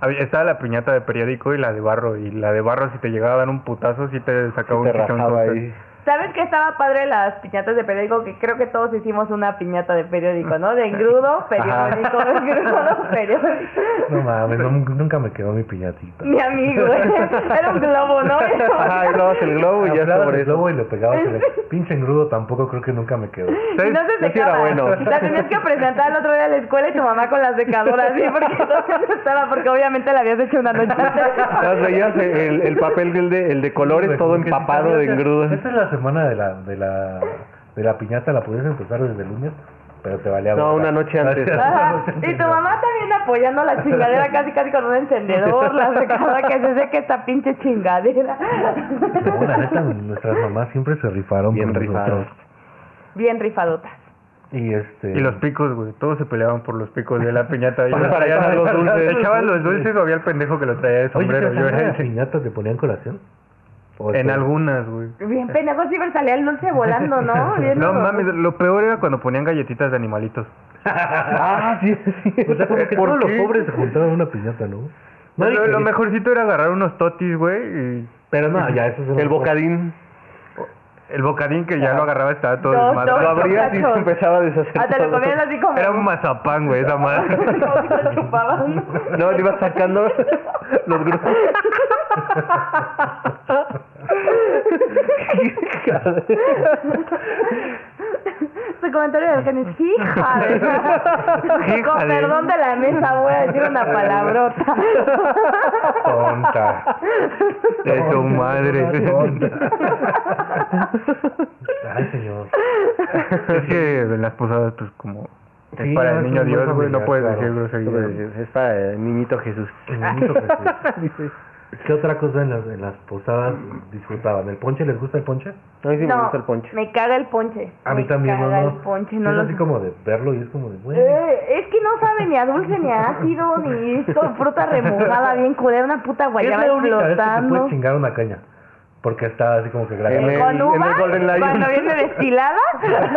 había- estaba la piñata de periódico y la de barro. Y la de barro, si te llegaba a dar un putazo, si te sacaba un Te chichón. rajaba ahí. ¿Sabes qué estaba padre de las piñatas de periódico? Que creo que todos hicimos una piñata de periódico, ¿no? De engrudo, periódico, engrudo, periódico. No mames, no- nunca me quedó mi piñatita. Mi amigo, ¿eh? era un globo, ¿no? Ajá, y luego hace el globo y ya Hablaba sobre del eso. globo y le pegaba. se le- Pinche engrudo tampoco creo que nunca me quedó. Y no se Yo sí era secaba. bueno. La tenías que presentar el otro día a la escuela y tu mamá con la secadora así, porque entonces no estaba, porque obviamente la habías hecho una noche antes. Las veías el, el papel, el de, el de Pues, colores, todo Como que si empapado de sabías- engrudo. Esta es la semana de la, de la, de la piñata, la podías empezar desde el lunes, pero te valía. No, verga. una noche antes. Ah, Ajá. Y tu mamá también apoyando la chingadera casi casi con un encendedor, la secadora que se seque esta pinche chingadera. No, la neta, nuestras mamás siempre se rifaron Bien con rifadas. nosotros. Bien rifadotas. Y este. Y los picos, güey. Todos se peleaban por los picos de la piñata. Y Para- para traían- echar los dulces. Echaban los dulces o había el pendejo que los traía de Oye, sombrero. ¿pero Yo en era las ese. piñatas te ponían colación? ¿O En eso- algunas, güey. Bien pendejo, siempre salía el dulce volando, ¿no? Bien No horroroso. mames, lo peor era cuando ponían galletitas de animalitos. Ah, sí, sí. Eh, O sea, Eh, como que ¿Por todos los qué? pobres se juntaron en una piñata, ¿no? No, lo, y- lo mejorcito era agarrar unos totis, güey, y Pero no, ya eso es El bocadín. el bocadín que ya lo agarraba estaba todo Dos, desmadre. dos, Lo abrías y se cachos. empezaba a deshacer. Ah, te lo todo. comían así como... Era un mazapán, güey, esa madre. como si te lo chupaban. No, le ibas sacando los grupos. Su comentario de Eugenio es hija de... Con Híjale. perdón de la mesa voy a decir una palabrota. Tonta. De tu madre. Ay, señor. es que en las posadas, pues como. Es Sí, para es el niño un Dios, buen güey. No familiar, puedes claro. decir Sí, groserías. Es para el niñito Jesús. El niñito Jesús. ¿Qué otra cosa en las, en las posadas disfrutaban? ¿El ponche? ¿Les gusta el ponche? A mí sí me No, gusta el ponche. me caga el ponche. A mí Me también, caga ¿no? el ponche, no es lo así como de verlo y es como de, bueno, Eh, es que no sabe ni a dulce, ni a ácido, ni con fruta remojada, bien culera, una puta es guayaba la única vez que te explotando. puedes chingar una caña. Porque está así como que grave. En el- Con en el uva, Golden Lion. cuando viene destilada.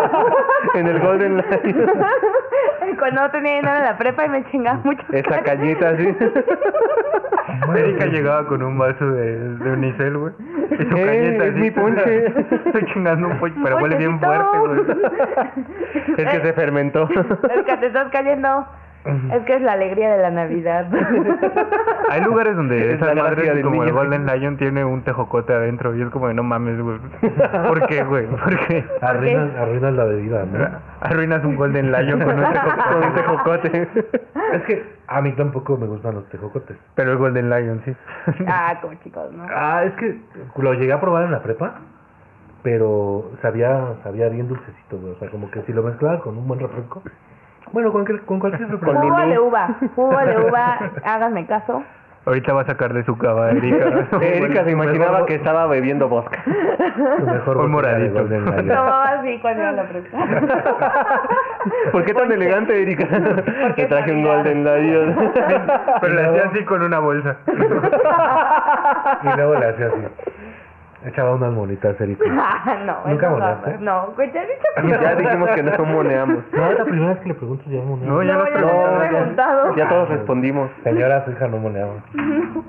En el Golden Lion. cuando no tenía dinero en la prepa y me chingaba mucho. Esa cañita así. Erika pues, llegaba con un vaso de, de unicel, güey. Y su Eh, cañeta es así, mi ponche. Estoy chingando un ponche, pero huele bien fuerte, Ponchecito. güey. Es que se fermentó. Es que te estás cayendo. Es que es la alegría de la Navidad. Hay lugares donde Es la esas gracia madres, del como el niño. Golden Lion, tiene un tejocote adentro. Y es como, de, no mames, güey. ¿Por qué, güey? ¿Por qué? Arruinas, arruinas la bebida, ¿no? Arruinas un Golden Lion con un tejocote. Con un tejocote. Es que a mí tampoco me gustan los tejocotes. Pero el Golden Lion, sí. ah, como chicos, ¿no? Ah, es que lo llegué a probar en la prepa, pero sabía sabía bien dulcecito, güey. O sea, como que si lo mezclaba con un buen refresco. Bueno, con, cualquier- con cualquier refresco. Jugo de uva, jugo de uva, háganme caso. Ahorita va a sacar de su Pues, cava, Erika. Erika se imaginaba que estaba bebiendo vodka. Tu mejor Un botella de moradito. Golden Lion. Tomaba así cuando iba a la prepa. ¿Por qué tan elegante, Erika? Te traje un Golden Lion. Pero la hacía así con una bolsa. Y luego le hacía así. Echaba unas monitas, Erika. Ah, no, ¿Nunca eso no, moneaste? No, güey, ya he dicho que no. Ya dijimos que no moneamos. No, es la primera vez que le pregunto si ya moneaba. No, ya No, lo ya lo había preguntado. Ya todos respondimos. Señora, su hija no moneaba.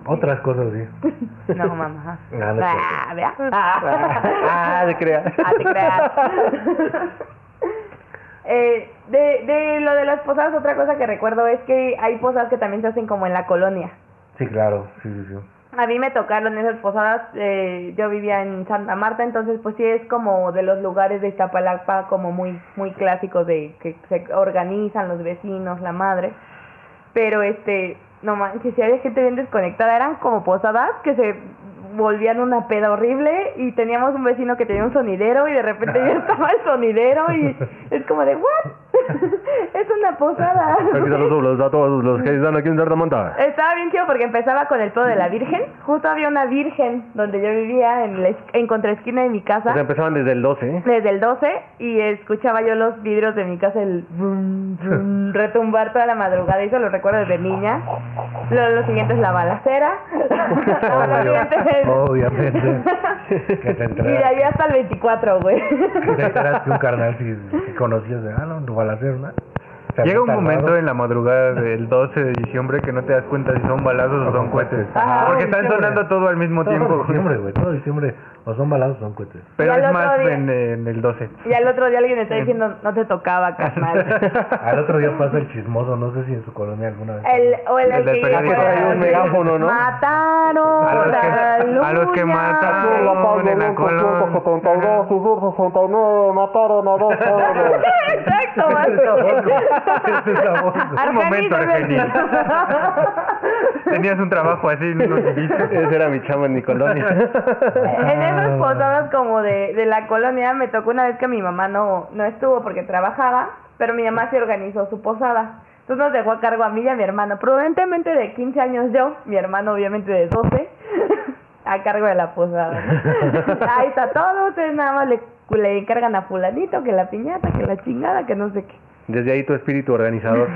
Otras cosas, sí. No, mamá. No, no es cierto. Ah, vea. Ah, Ah, te creas. Ah, te creas. Eh, de, de lo de las posadas, otra cosa que recuerdo es que hay posadas que también se hacen como en la colonia. Sí, claro, sí, sí, sí. A mí me tocaron esas posadas, eh, yo vivía en Santa Marta, entonces pues sí es como de los lugares de Iztapalapa como muy muy clásicos de que se organizan los vecinos, la madre. Pero este, no manches, si había gente bien desconectada, eran como posadas que se volvían una peda horrible y teníamos un vecino que tenía un sonidero y de repente ya estaba el sonidero y es como de, ¿what? es una posada. Aquí están los, los datos, los que están aquí en Santa Monta. Estaba bien chido porque empezaba con el pedo de la Virgen. Justo había una Virgen donde yo vivía en, la, es- en contraesquina de mi O sea, casa empezaban desde el 12, ¿eh? desde el 12 y escuchaba yo los vidrios de mi casa el brum, brum, retumbar toda la madrugada. Eso lo recuerdo desde niña. Luego lo siguiente es la balacera. Luego lo siguiente es- obviamente. Que te Y de enteras, ahí hasta el 24, güey. que, te enteras que un carnal si, si conocías de, ah, no, tu balacero, ¿no? Se Llega un había momento tardado. en la madrugada del 12 de diciembre que no te das cuenta si son balazos o son cohetes. Ah, Porque están diciembre. sonando todo al mismo Todo tiempo. diciembre, güey, todo diciembre. O son balazos o son cohetes. Pero Y al es otro más día- en, en el 12. Y al otro día alguien está diciendo, no te tocaba, carnal. Al otro día pasa el chismoso, no sé si en su colonia alguna vez. El, o el, El que del iba periódico. por la Traía un calle, megáfono, ¿no? Mataron A los que- a los que aleluya". Ah, mataron en la colonia. mataron a dos jóvenes. Exacto, Este Ese es la voz. Un momento, Argenis, Argenis. Tenías un trabajo así, no lo viste. Ese era mi chamo en mi colonia. En esas posadas como de, de la colonia me tocó una vez que mi mamá no, no estuvo porque trabajaba, pero mi mamá se organizó su posada. Entonces nos dejó a cargo a mí y a mi hermano, prudentemente de 15 años yo, mi hermano obviamente de 12, a cargo de la posada. Ahí está todo, ustedes nada más le, le encargan a fulanito que la piñata, que la chingada, que no sé qué. Desde ahí tu espíritu organizador.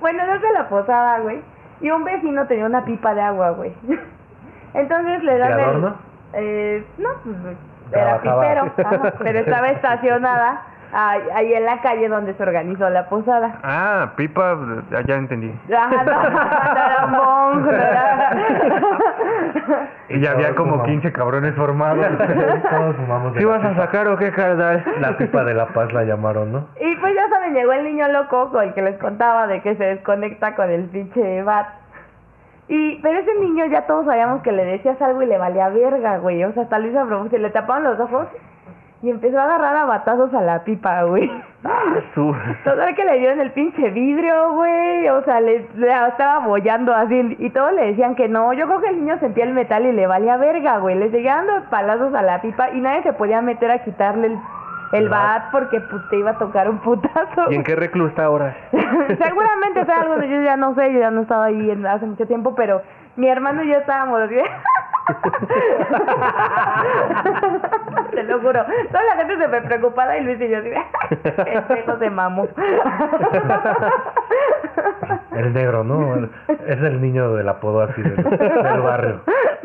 bueno, desde la posada, güey. Y un vecino tenía una pipa de agua, güey. Entonces le dan ¿De el- adorno? Eh, no, pues, güey, era Trabajaba. pipero. ajá, pero estaba estacionada ahí, ahí en la calle donde se organizó la posada. Ah, pipa, ah, ya entendí. Ajá, no, no era un bong, no era- Y ya había como 15 cabrones formados. Todos fumamos de ¿Sí la vas a pipa. sacar o qué, carnal? La pipa de la paz la llamaron, ¿no? Y pues ya saben, llegó el niño loco con el que les contaba de que se desconecta con el pinche bat. Y, pero ese niño ya todos sabíamos que le decías algo y le valía verga, güey. O sea, hasta Luisa se le tapaban los ojos y empezó a agarrar a batazos a la pipa, güey. Su- Total que le dieron el pinche vidrio, güey. O sea, le, le estaba bollando así. Y todos le decían que no. Yo creo que el niño sentía el metal y le valía verga, güey. Le seguían dando palazos a la pipa y nadie se podía meter a quitarle el, el bat porque pues, te iba a tocar un putazo. ¿Y en qué reclusa ahora? Seguramente fue algo de yo ya no sé, yo ya no estaba ahí en- hace mucho tiempo, pero mi hermano y yo estábamos así. Te lo juro. Toda la gente se me preocupaba y Luis y yo así. El pelo de mamo. El negro, ¿no? El- es el niño del apodo así del, del barrio.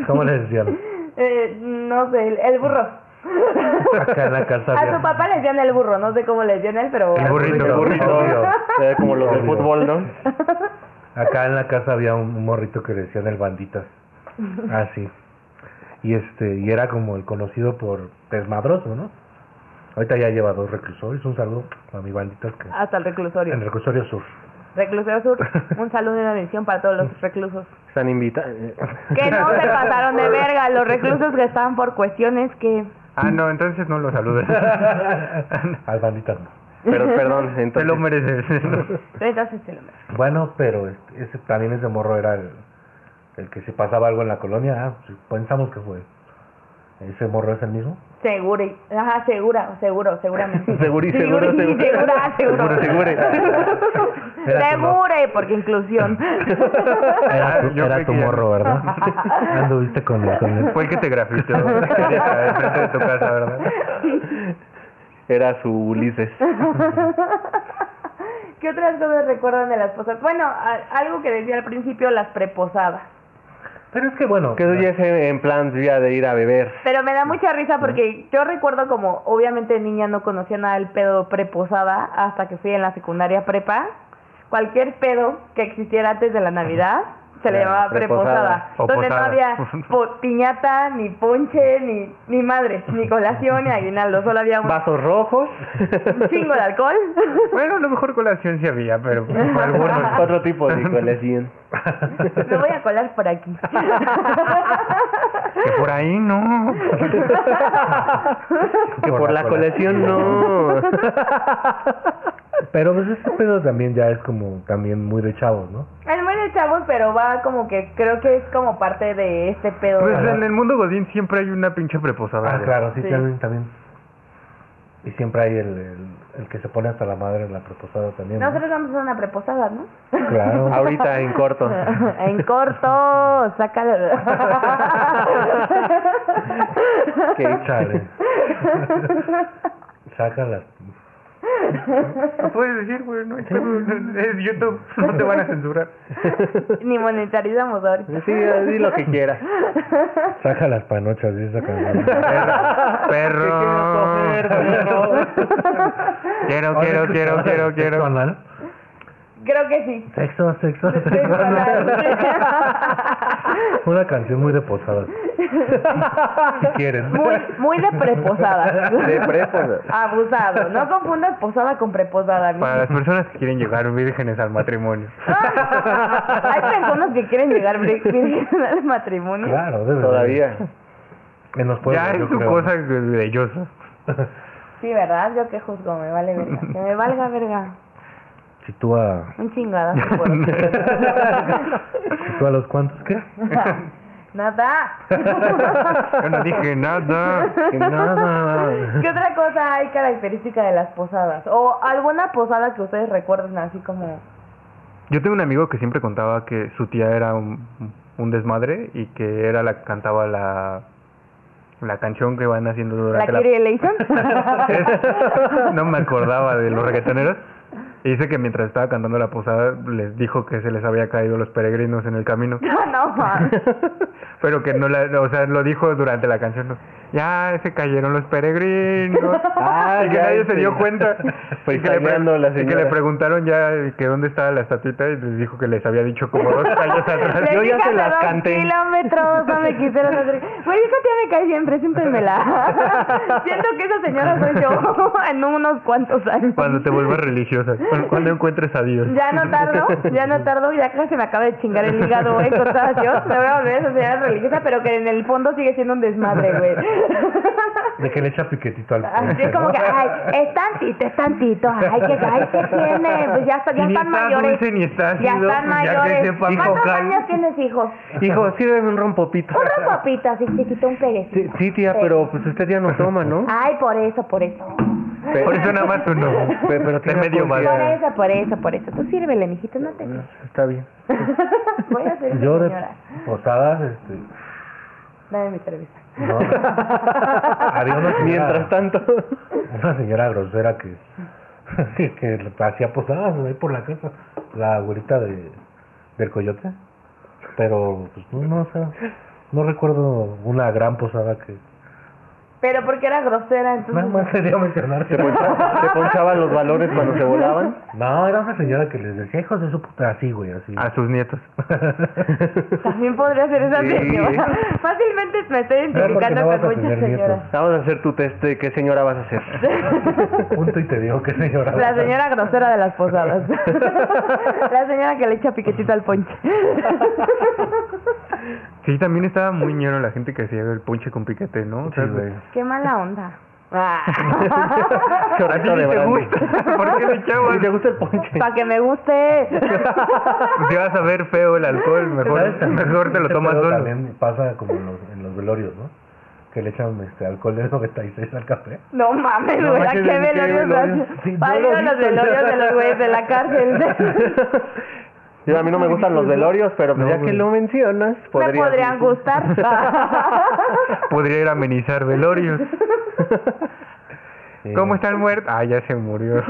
¿Cómo le decían? Eh, no sé, el, el burro. Acá en la casa A había- su Ah, papá le decían el burro, no sé cómo le decían él, pero... El burrito, El burrito. obvio. eh, como los de Obvio. fútbol, ¿no? Acá en la casa había un, un morrito que le decían el banditas. Así. Y este, y era como el conocido por desmadroso, ¿no? Ahorita ya lleva dos reclusorios. Un saludo a mi banditas que Hasta el reclusorio. en reclusorio sur. Reclusorio Sur, un saludo y una bendición para todos los reclusos. Están invitados. Que no se pasaron de verga los reclusos que estaban por cuestiones que... Ah, no, entonces no lo saludes. Al banditas no. Pero perdón, Te entonces. lo mereces. Pero entonces se lo merece. Bueno, pero este- ese, también ese morro era el, el que se pasaba algo en la colonia. Ah, sí, pensamos que fue. Ese morro es el mismo. Seguro, y- ajá, segura, seguro, seguramente. Seguro y seguro, Seguro y seguro. segura, ah, seguro. Seguro, seguro. Era tu mo- Segura, y porque inclusión. Ah, Era tu, Yo era creo tu que ya morro, ¿verdad? Anduviste con él. Con él. Pues, Fue el que te grafiteó. Enfrente de tu casa, ¿verdad? Era su Ulises. ¿Qué otras cosas recuerdan de las posadas? Bueno, a- algo que decía al principio, las preposadas. Pero es que bueno. Que eso ya es en, en plan ya de ir a beber. Pero me da mucha risa porque yo recuerdo como, obviamente niña no conocía nada del pedo preposada hasta que fui en la secundaria prepa. Cualquier pedo que existiera antes de la Navidad se le Claro, llamaba preposada. preposada. O Donde no posada. había po- piñata, ni ponche, ni, ni madre, ni colación, ni aguinaldo. Solo había un Vasos rojos. chingo de alcohol. Bueno, a lo mejor colación sí había, pero pues, para algunos. no. Otro tipo de colección. Me voy a colar por aquí. Que por ahí no. Que por, la cola. colección no. Pero pues este pedo también ya es como también muy de chavos, ¿no? El muy de chavos, pero va como que creo que es como parte de este pedo. Pues en el mundo Godín siempre hay una pinche preposada. Ah, claro, sí, Sí. También, también. Y siempre hay el, el, el que se pone hasta la madre en la proposada también. ¿no? Nosotros vamos a hacer una preposada, ¿no? eh, Claro. Ahorita en corto. En corto, sácalo. Qué Chale. Sácala. Lo puedes decir, güey, no hay pedo, Es YouTube, no te van a censurar. Ni monetarizamos ahorita. Sí, di lo que quieras. Saca las panochas de esa canción. Perro. Te quiero comer, Quiero, quiero, quiero, quiero, ¿Sexo quiero. anal? Creo que sí. Sexo, sexo, sexo, Sexo anal. anal. Una canción muy de posada. Si quieres. Muy, muy de preposada. De preposada. Abusado. No confundas posada con preposada. Para las ¿no? personas que quieren llegar vírgenes al matrimonio. Ah, Hay personas que quieren llegar bri- virgen al matrimonio. Claro, debe de- Todavía. En los pueblos. ya yo es su creo. cosa bellosa. Sí, ¿verdad? Yo que juzgo, me vale verga. Que me valga verga. Si tú a. Un chingada. por- si tú a los cuantos, ¿qué? Nada. Yo no dije nada. Que nada. ¿Qué otra cosa hay característica de las posadas? ¿O alguna posada que ustedes recuerden así como... Yo tengo un amigo que siempre contaba que su tía era un, un desmadre y que era la que cantaba la, la canción que van haciendo ¿La durante Kyrie Eleison? Es- no me acordaba de los reggaetoneros. Y dice que mientras estaba cantando la posada les dijo que se les había caído los peregrinos en el camino. No, no, ma. Pero que no la, o sea, lo dijo durante la canción. ¿no? Ya se cayeron los peregrinos. Ah, y que ya, nadie se sí. dio cuenta. Fue y, que le pre- caminando la y que le señora. preguntaron ya que dónde estaba la estatuita y les dijo que les había dicho como dos calles atrás. Les Yo ya dije se hace las dos canté. metros, no me quisieron hacer. Güey, esa tía me cae siempre, siempre me la. Siento que esa señora soy yo en unos cuantos años. Cuando te vuelvas religiosa, cu- cuando encuentres a Dios. Ya no tardo, ya no tardo, ya casi me acaba de chingar el hígado, güey, con todas Dios. Me voy a volver esa señora religiosa, pero que en el fondo sigue siendo un desmadre, güey. De que le echa piquetito al Así ponche, como ¿no? que, ay, es tantito, es tantito, ay, que, ay, que tiene, pues ya, está- ya Y ni están está mayores. dulce ni está ya ácido, están ya que mayores. sepa ¿eh? ¿Cuántos cocar. años tienes, hijo? Hijo, sírveme un rompopito. Un rompopito así chiquito, un peguecito. Sí, sí, tía, pero pues usted ya no toma, ¿no? Ay, por eso, por eso. Pe- Por eso nada más uno. Pe- pero Está tiene medio alcohol, Por mal. eso, por eso, por eso. Tú sírvele, mijito, no te... Está bien. Voy a ser Yo Yo de señora. posadas, este, Dame mi cerveza. no. Había una señora- Mientras tanto. una señora grosera que, que, que hacía posadas ahí por la casa, la abuelita de, del coyote. Pero, pues, no, no, o sea, no recuerdo una gran posada que... Pero porque era grosera, Nada entonces... más Mm. quería mencionar que... Te poncha- te ponchaban los balones cuando se volaban. No, era una señora que les decía, hijos de su puta, así, güey, así. A sus nietos. También podría ser esa Sí. señora. Fácilmente me estoy identificando no vas con a muchas tener señoras. Vamos a hacer tu test de qué señora vas a ser. Punto y te digo que señora. La señora grosera de las posadas. La señora que le echa piquetito al ponche. Sí, también estaba muy ñero la gente que hacía el ponche con piquete, ¿no? O Sí, sea, güey. Qué mala onda. Ah. A ti Chorrito sí de te brandy. gusta. ¿Por qué le echabas? ¿Y te gusta el ponche? Para que me guste. Te vas a ver feo el alcohol, ¿Sabes? mejor, También mejor te lo este tomas pedo solo. También pasa como en los, en los velorios, ¿no? Que le echan este alcohol de 96 al café. No mames, No güey, ¿a manches, qué ¿en qué velorios velorios? vas? Sí, yo Para lo ir he a los visto. velorios de los güeyes de la cárcel. Yo, a mí no me gustan los velorios, pero pues No, ya que güey. lo mencionas, Me podría- podrían gustar. Podría ir a amenizar velorios. Sí, ¿Cómo está el muerto? Ah, ya se murió.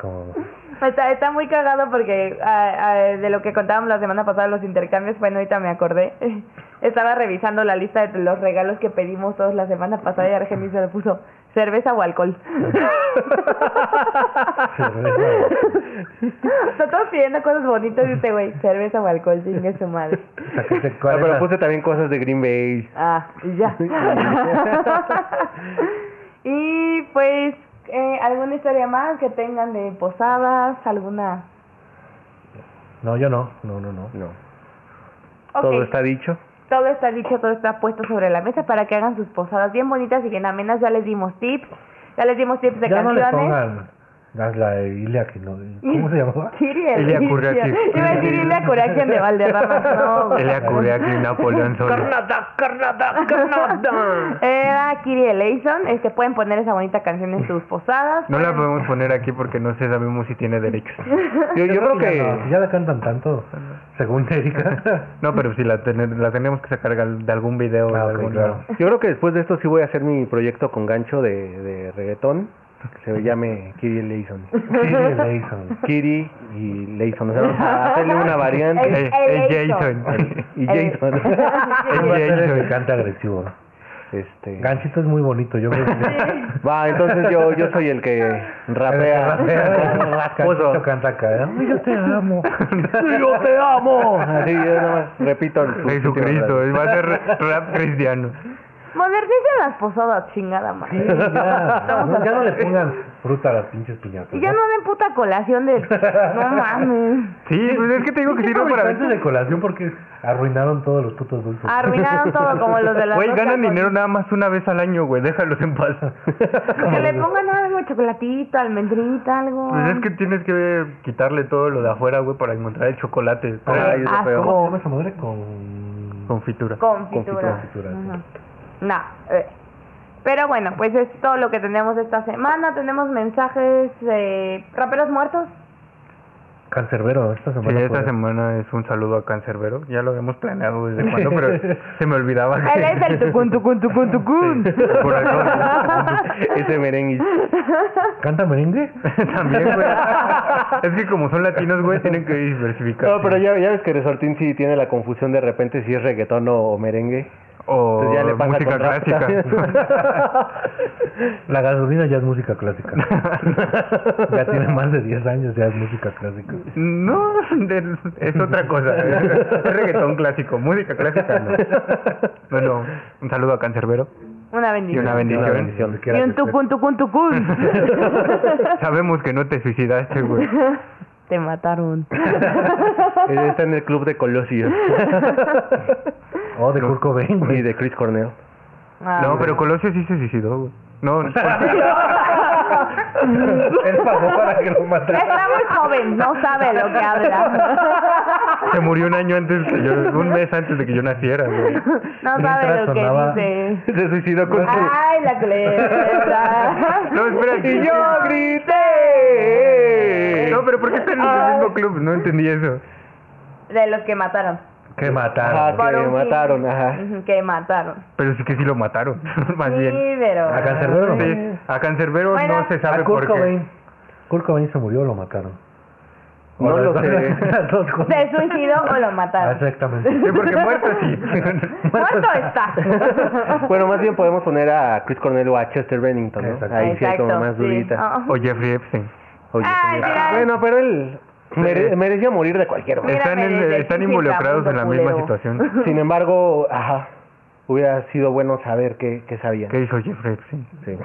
Como... Pues Está, está muy cagado porque ah, ah, de lo que contábamos la semana pasada, los intercambios, bueno, ahorita me acordé. Estaba revisando la lista de los regalos que pedimos todos la semana pasada y Argenis se le puso cerveza o alcohol. Nosotros pidiendo cosas bonitas y este güey, cerveza o alcohol, chingue su madre. Sáquese, Ah, ¿cuál es pero la- puse también cosas de Green Bay. Ah, y ya. y pues, eh, ¿alguna historia más que tengan de posadas? ¿Alguna? pues- No, yo no. No, no, no. No. Ok, Todo está dicho. todo está dicho, todo está puesto sobre la mesa para que hagan sus posadas bien bonitas y bien amenas. Ya les dimos tips, ya les dimos tips de ya no le canciones. pongan las- la de Ilia que no... ¿Cómo se llamaba? Kiriel. Ilia Kuriakin. Iba a decir Ilia Kuriakin de Valderrama. No, güey. Elia Kuriaki, Napoleón Solo. Era Kiriel Eison. Este, pueden poner esa bonita canción en sus posadas. No la podemos poner aquí porque no sé, sabemos si tiene derechos. Yo, yo Ya creo no, si que... ya la cantan tanto, según Erika. No, pero si la, ten- la tenemos que sacar gal- de algún video. Ah, de ok, algún- claro. Yo creo que después de esto sí voy a hacer mi proyecto con gancho de, de reggaetón. Que se llame Kiri Leison. Sí, le hizo. Kiri y Leison. O sea, vamos a hacerle una variante. Eh, eh, Jason. Y Jason. Él va a ser el Jason. que canta agresivo. Este... Ganchito es muy bonito, yo creo que... Va, entonces yo, yo soy el que rapea. Puso, Ganchito canta acá, ¿eh? Yo te amo. ¡Yo te amo! Así yo nada más repito. sus últimas Jesucristo, frases. va a ser rap cristiano. Modernicen las posadas, chingada madre. Sí, ya. No, ya no le pongan fruta a las pinches piñatas. Y ya no den puta colación de... No mames. Sí, pues es que te digo que si no para... Antes de colación porque arruinaron todos los putos dulces. Arruinaron todo como los de la Güey, rosca ganan con- dinero nada más una vez al año, güey. Déjalos en paz. Que le pongan algo, chocolatito, almendrita, algo. Pues es que tienes que quitarle todo lo de afuera, güey, para encontrar el chocolate. Ay, es lo peor. ¿Cómo se llama esa madre? Con... Confitura. Confitura. Confitura, sí. Ujú. No. eh. Pero bueno, pues es todo lo que tenemos esta semana. Tenemos mensajes. Eh, ¿Raperos muertos? Cancerbero, esta Sí, semana. esta fue- semana es un saludo a Cancerbero. Ya lo habíamos planeado desde cuando, pero se me olvidaba que... Él es el tucun, tucun, tucun, tucun. eh, Por algo. Este, Ese merengue. ¿Canta merengue? También, güey. Es que como son latinos, güey, tienen que diversificar. No, pero ya, ya ves que Resortín sí tiene la confusión de repente si es reggaetón o, o merengue. O Entonces Pues ya le pasa música con rap clásica. también. La gasolina ya es música clásica. ya tiene más de 10 años, ya es música clásica. no, de- es otra cosa. Es reggaetón clásico. Música clásica no. Bueno, un saludo a Cancerbero. Una bendición. Y una bendición. Una bendición, donde quiera Y que un estés. tucun, tucun, tucun. Sabemos que no te suicidaste, güey. Te mataron. Eh, Está en el club de Colosio Oh, de Kurt Cobain, y güey. de Chris Cornell. Ah, No, pero Colosio sí se suicidó, güey. No, no. Él pagó para que lo Está matara. muy joven, no sabe lo que habla. se murió un año antes que yo, un mes antes de que yo naciera, güey. No Mientras sabe lo sonaba- que dice. Se suicidó con su... Ay, la cleta. No, espera. Y yo grité. No, pero ¿por qué están en el mismo club? No entendí eso. De los que mataron. Que mataron. Ajá, Por que un mataron, crimen. ajá. Ujú, Que mataron. Pero sí que sí lo mataron, más Sí, bien. pero. A Cancerbero lo mataron. Sí, a Cancerbero Bueno. no se sabe A Ah, por qué. Kurt Cobain. Kurt Cobain se murió o lo mataron. O No las lo dos- sé. las dos cosas. Ah, ¿Se suicidó o lo mataron? Exactamente. Sí, porque muerto sí. Muerto está. Bueno, más bien podemos poner a Chris Cornell o a Chester Bennington, ¿no? Exacto. Ahí sí hay como más sí. dudita. Ah. O Jeffrey Epstein. Oye, Ay, señor. mira. bueno, pero él mere- merecía morir de cualquier manera. Están, en- Mírame desde están Chichicamundo, involucrados en la misma culero. situación. Sin embargo, ajá, hubiera sido bueno saber qué, qué sabía. ¿Qué hizo Jeffrey Epstein? Sí.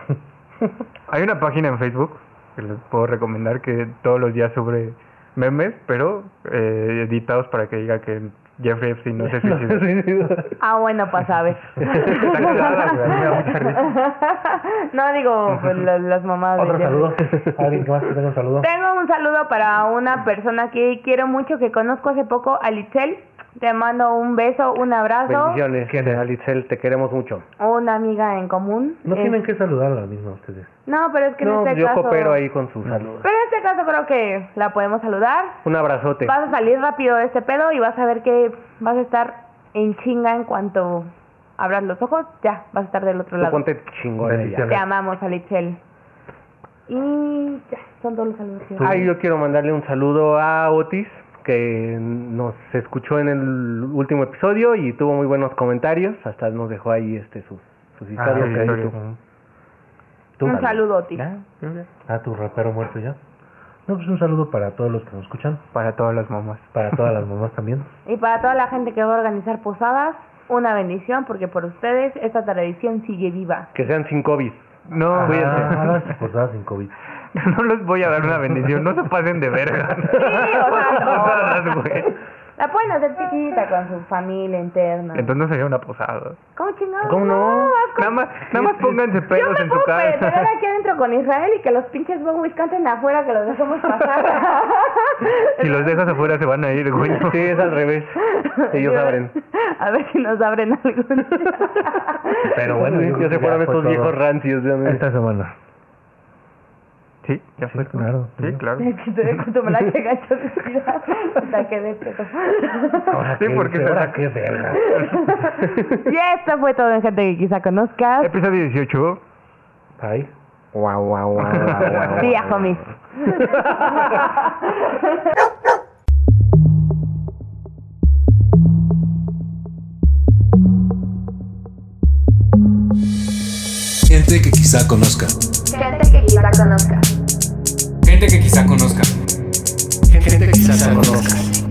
Hay una página en Facebook que les puedo recomendar que todos los días sobre memes, pero eh, editados para que diga que Jeffrey Epstein no se suicidó. Ah, bueno, pues sabes. Está cagada, güey, a mí me da mucha risa. No digo pues, las, las mamadas. de Otro Jeffrey. saludo. Alguien que más que tenga un saludo. Tengo un saludo para una persona que quiero mucho, que conozco hace poco, Alitzel. Te mando un beso, un abrazo, Bendiciones, Alitzel, te queremos mucho. una amiga en común. No Eh, tienen que saludar a la misma ustedes. no, pero es que No, en este yo caso... coopero ahí con sus saludos. Pero en este caso creo que la podemos saludar. Un abrazote. Vas a salir rápido de este pedo y vas a ver que vas a estar en chinga en cuanto abras los ojos. Ya, vas a estar del otro Tú lado. ponte chingón. ya. Bendiciones. Te amamos, Alitzel. Y ya, son todos los saludos. que- Ay, yo quiero mandarle un saludo a Otis, que nos escuchó en el último episodio y tuvo muy buenos comentarios. Hasta nos dejó ahí este sus, sus Ah, historias. sí, que hay en historias. YouTube. Tú, un dale. saludo, Otis. ¿Ya? Ah, tu rapero muerto ya. No, pues un saludo para todos los que nos escuchan, Para todas las mamás. para todas las mamás también. Y para toda la gente que va a organizar posadas, una bendición, porque por ustedes esta tradición sigue viva. Que sean sin COVID. No, Ah, hagan cuídense. sus posadas sin COVID. No les voy a dar una bendición, no se pasen de verga. o sea, no. Posadas, güey. La pueden hacer chiquita con su familia interna. Entonces no sería una posada. ¿Cómo chingados? ¿Cómo no? vas con- Nada más, nada más pónganse Yo pelos me en su puedo perder casa. aquí adentro con Israel y que los pinches Bowies canten afuera que los dejemos pasar. Si los dejas afuera se van a ir, güey. Sí, es al revés. Ellos Yo- abren. A ver si nos abren algún día. Pero bueno, yo yo, creo que ya se fueron fue estos todo. viejos rancios. ya me- Esta semana. Sí, ya fue. Sí, claro. Sí, claro. Me quité de cuando me la que gacho de tirar. O sea, que de pedo. Ahora Sí, Ah, qué, porque dice, se ahora saca- qué verga. Y esto fue todo en gente que quizá conozcas. Episodio 18. Ay. Guau, guau, guau, guau, guau. Día, homies. Gente que quizá conozca. Gente que quizá conozca. Gente que quizá conozca. Gente que quizá conozca.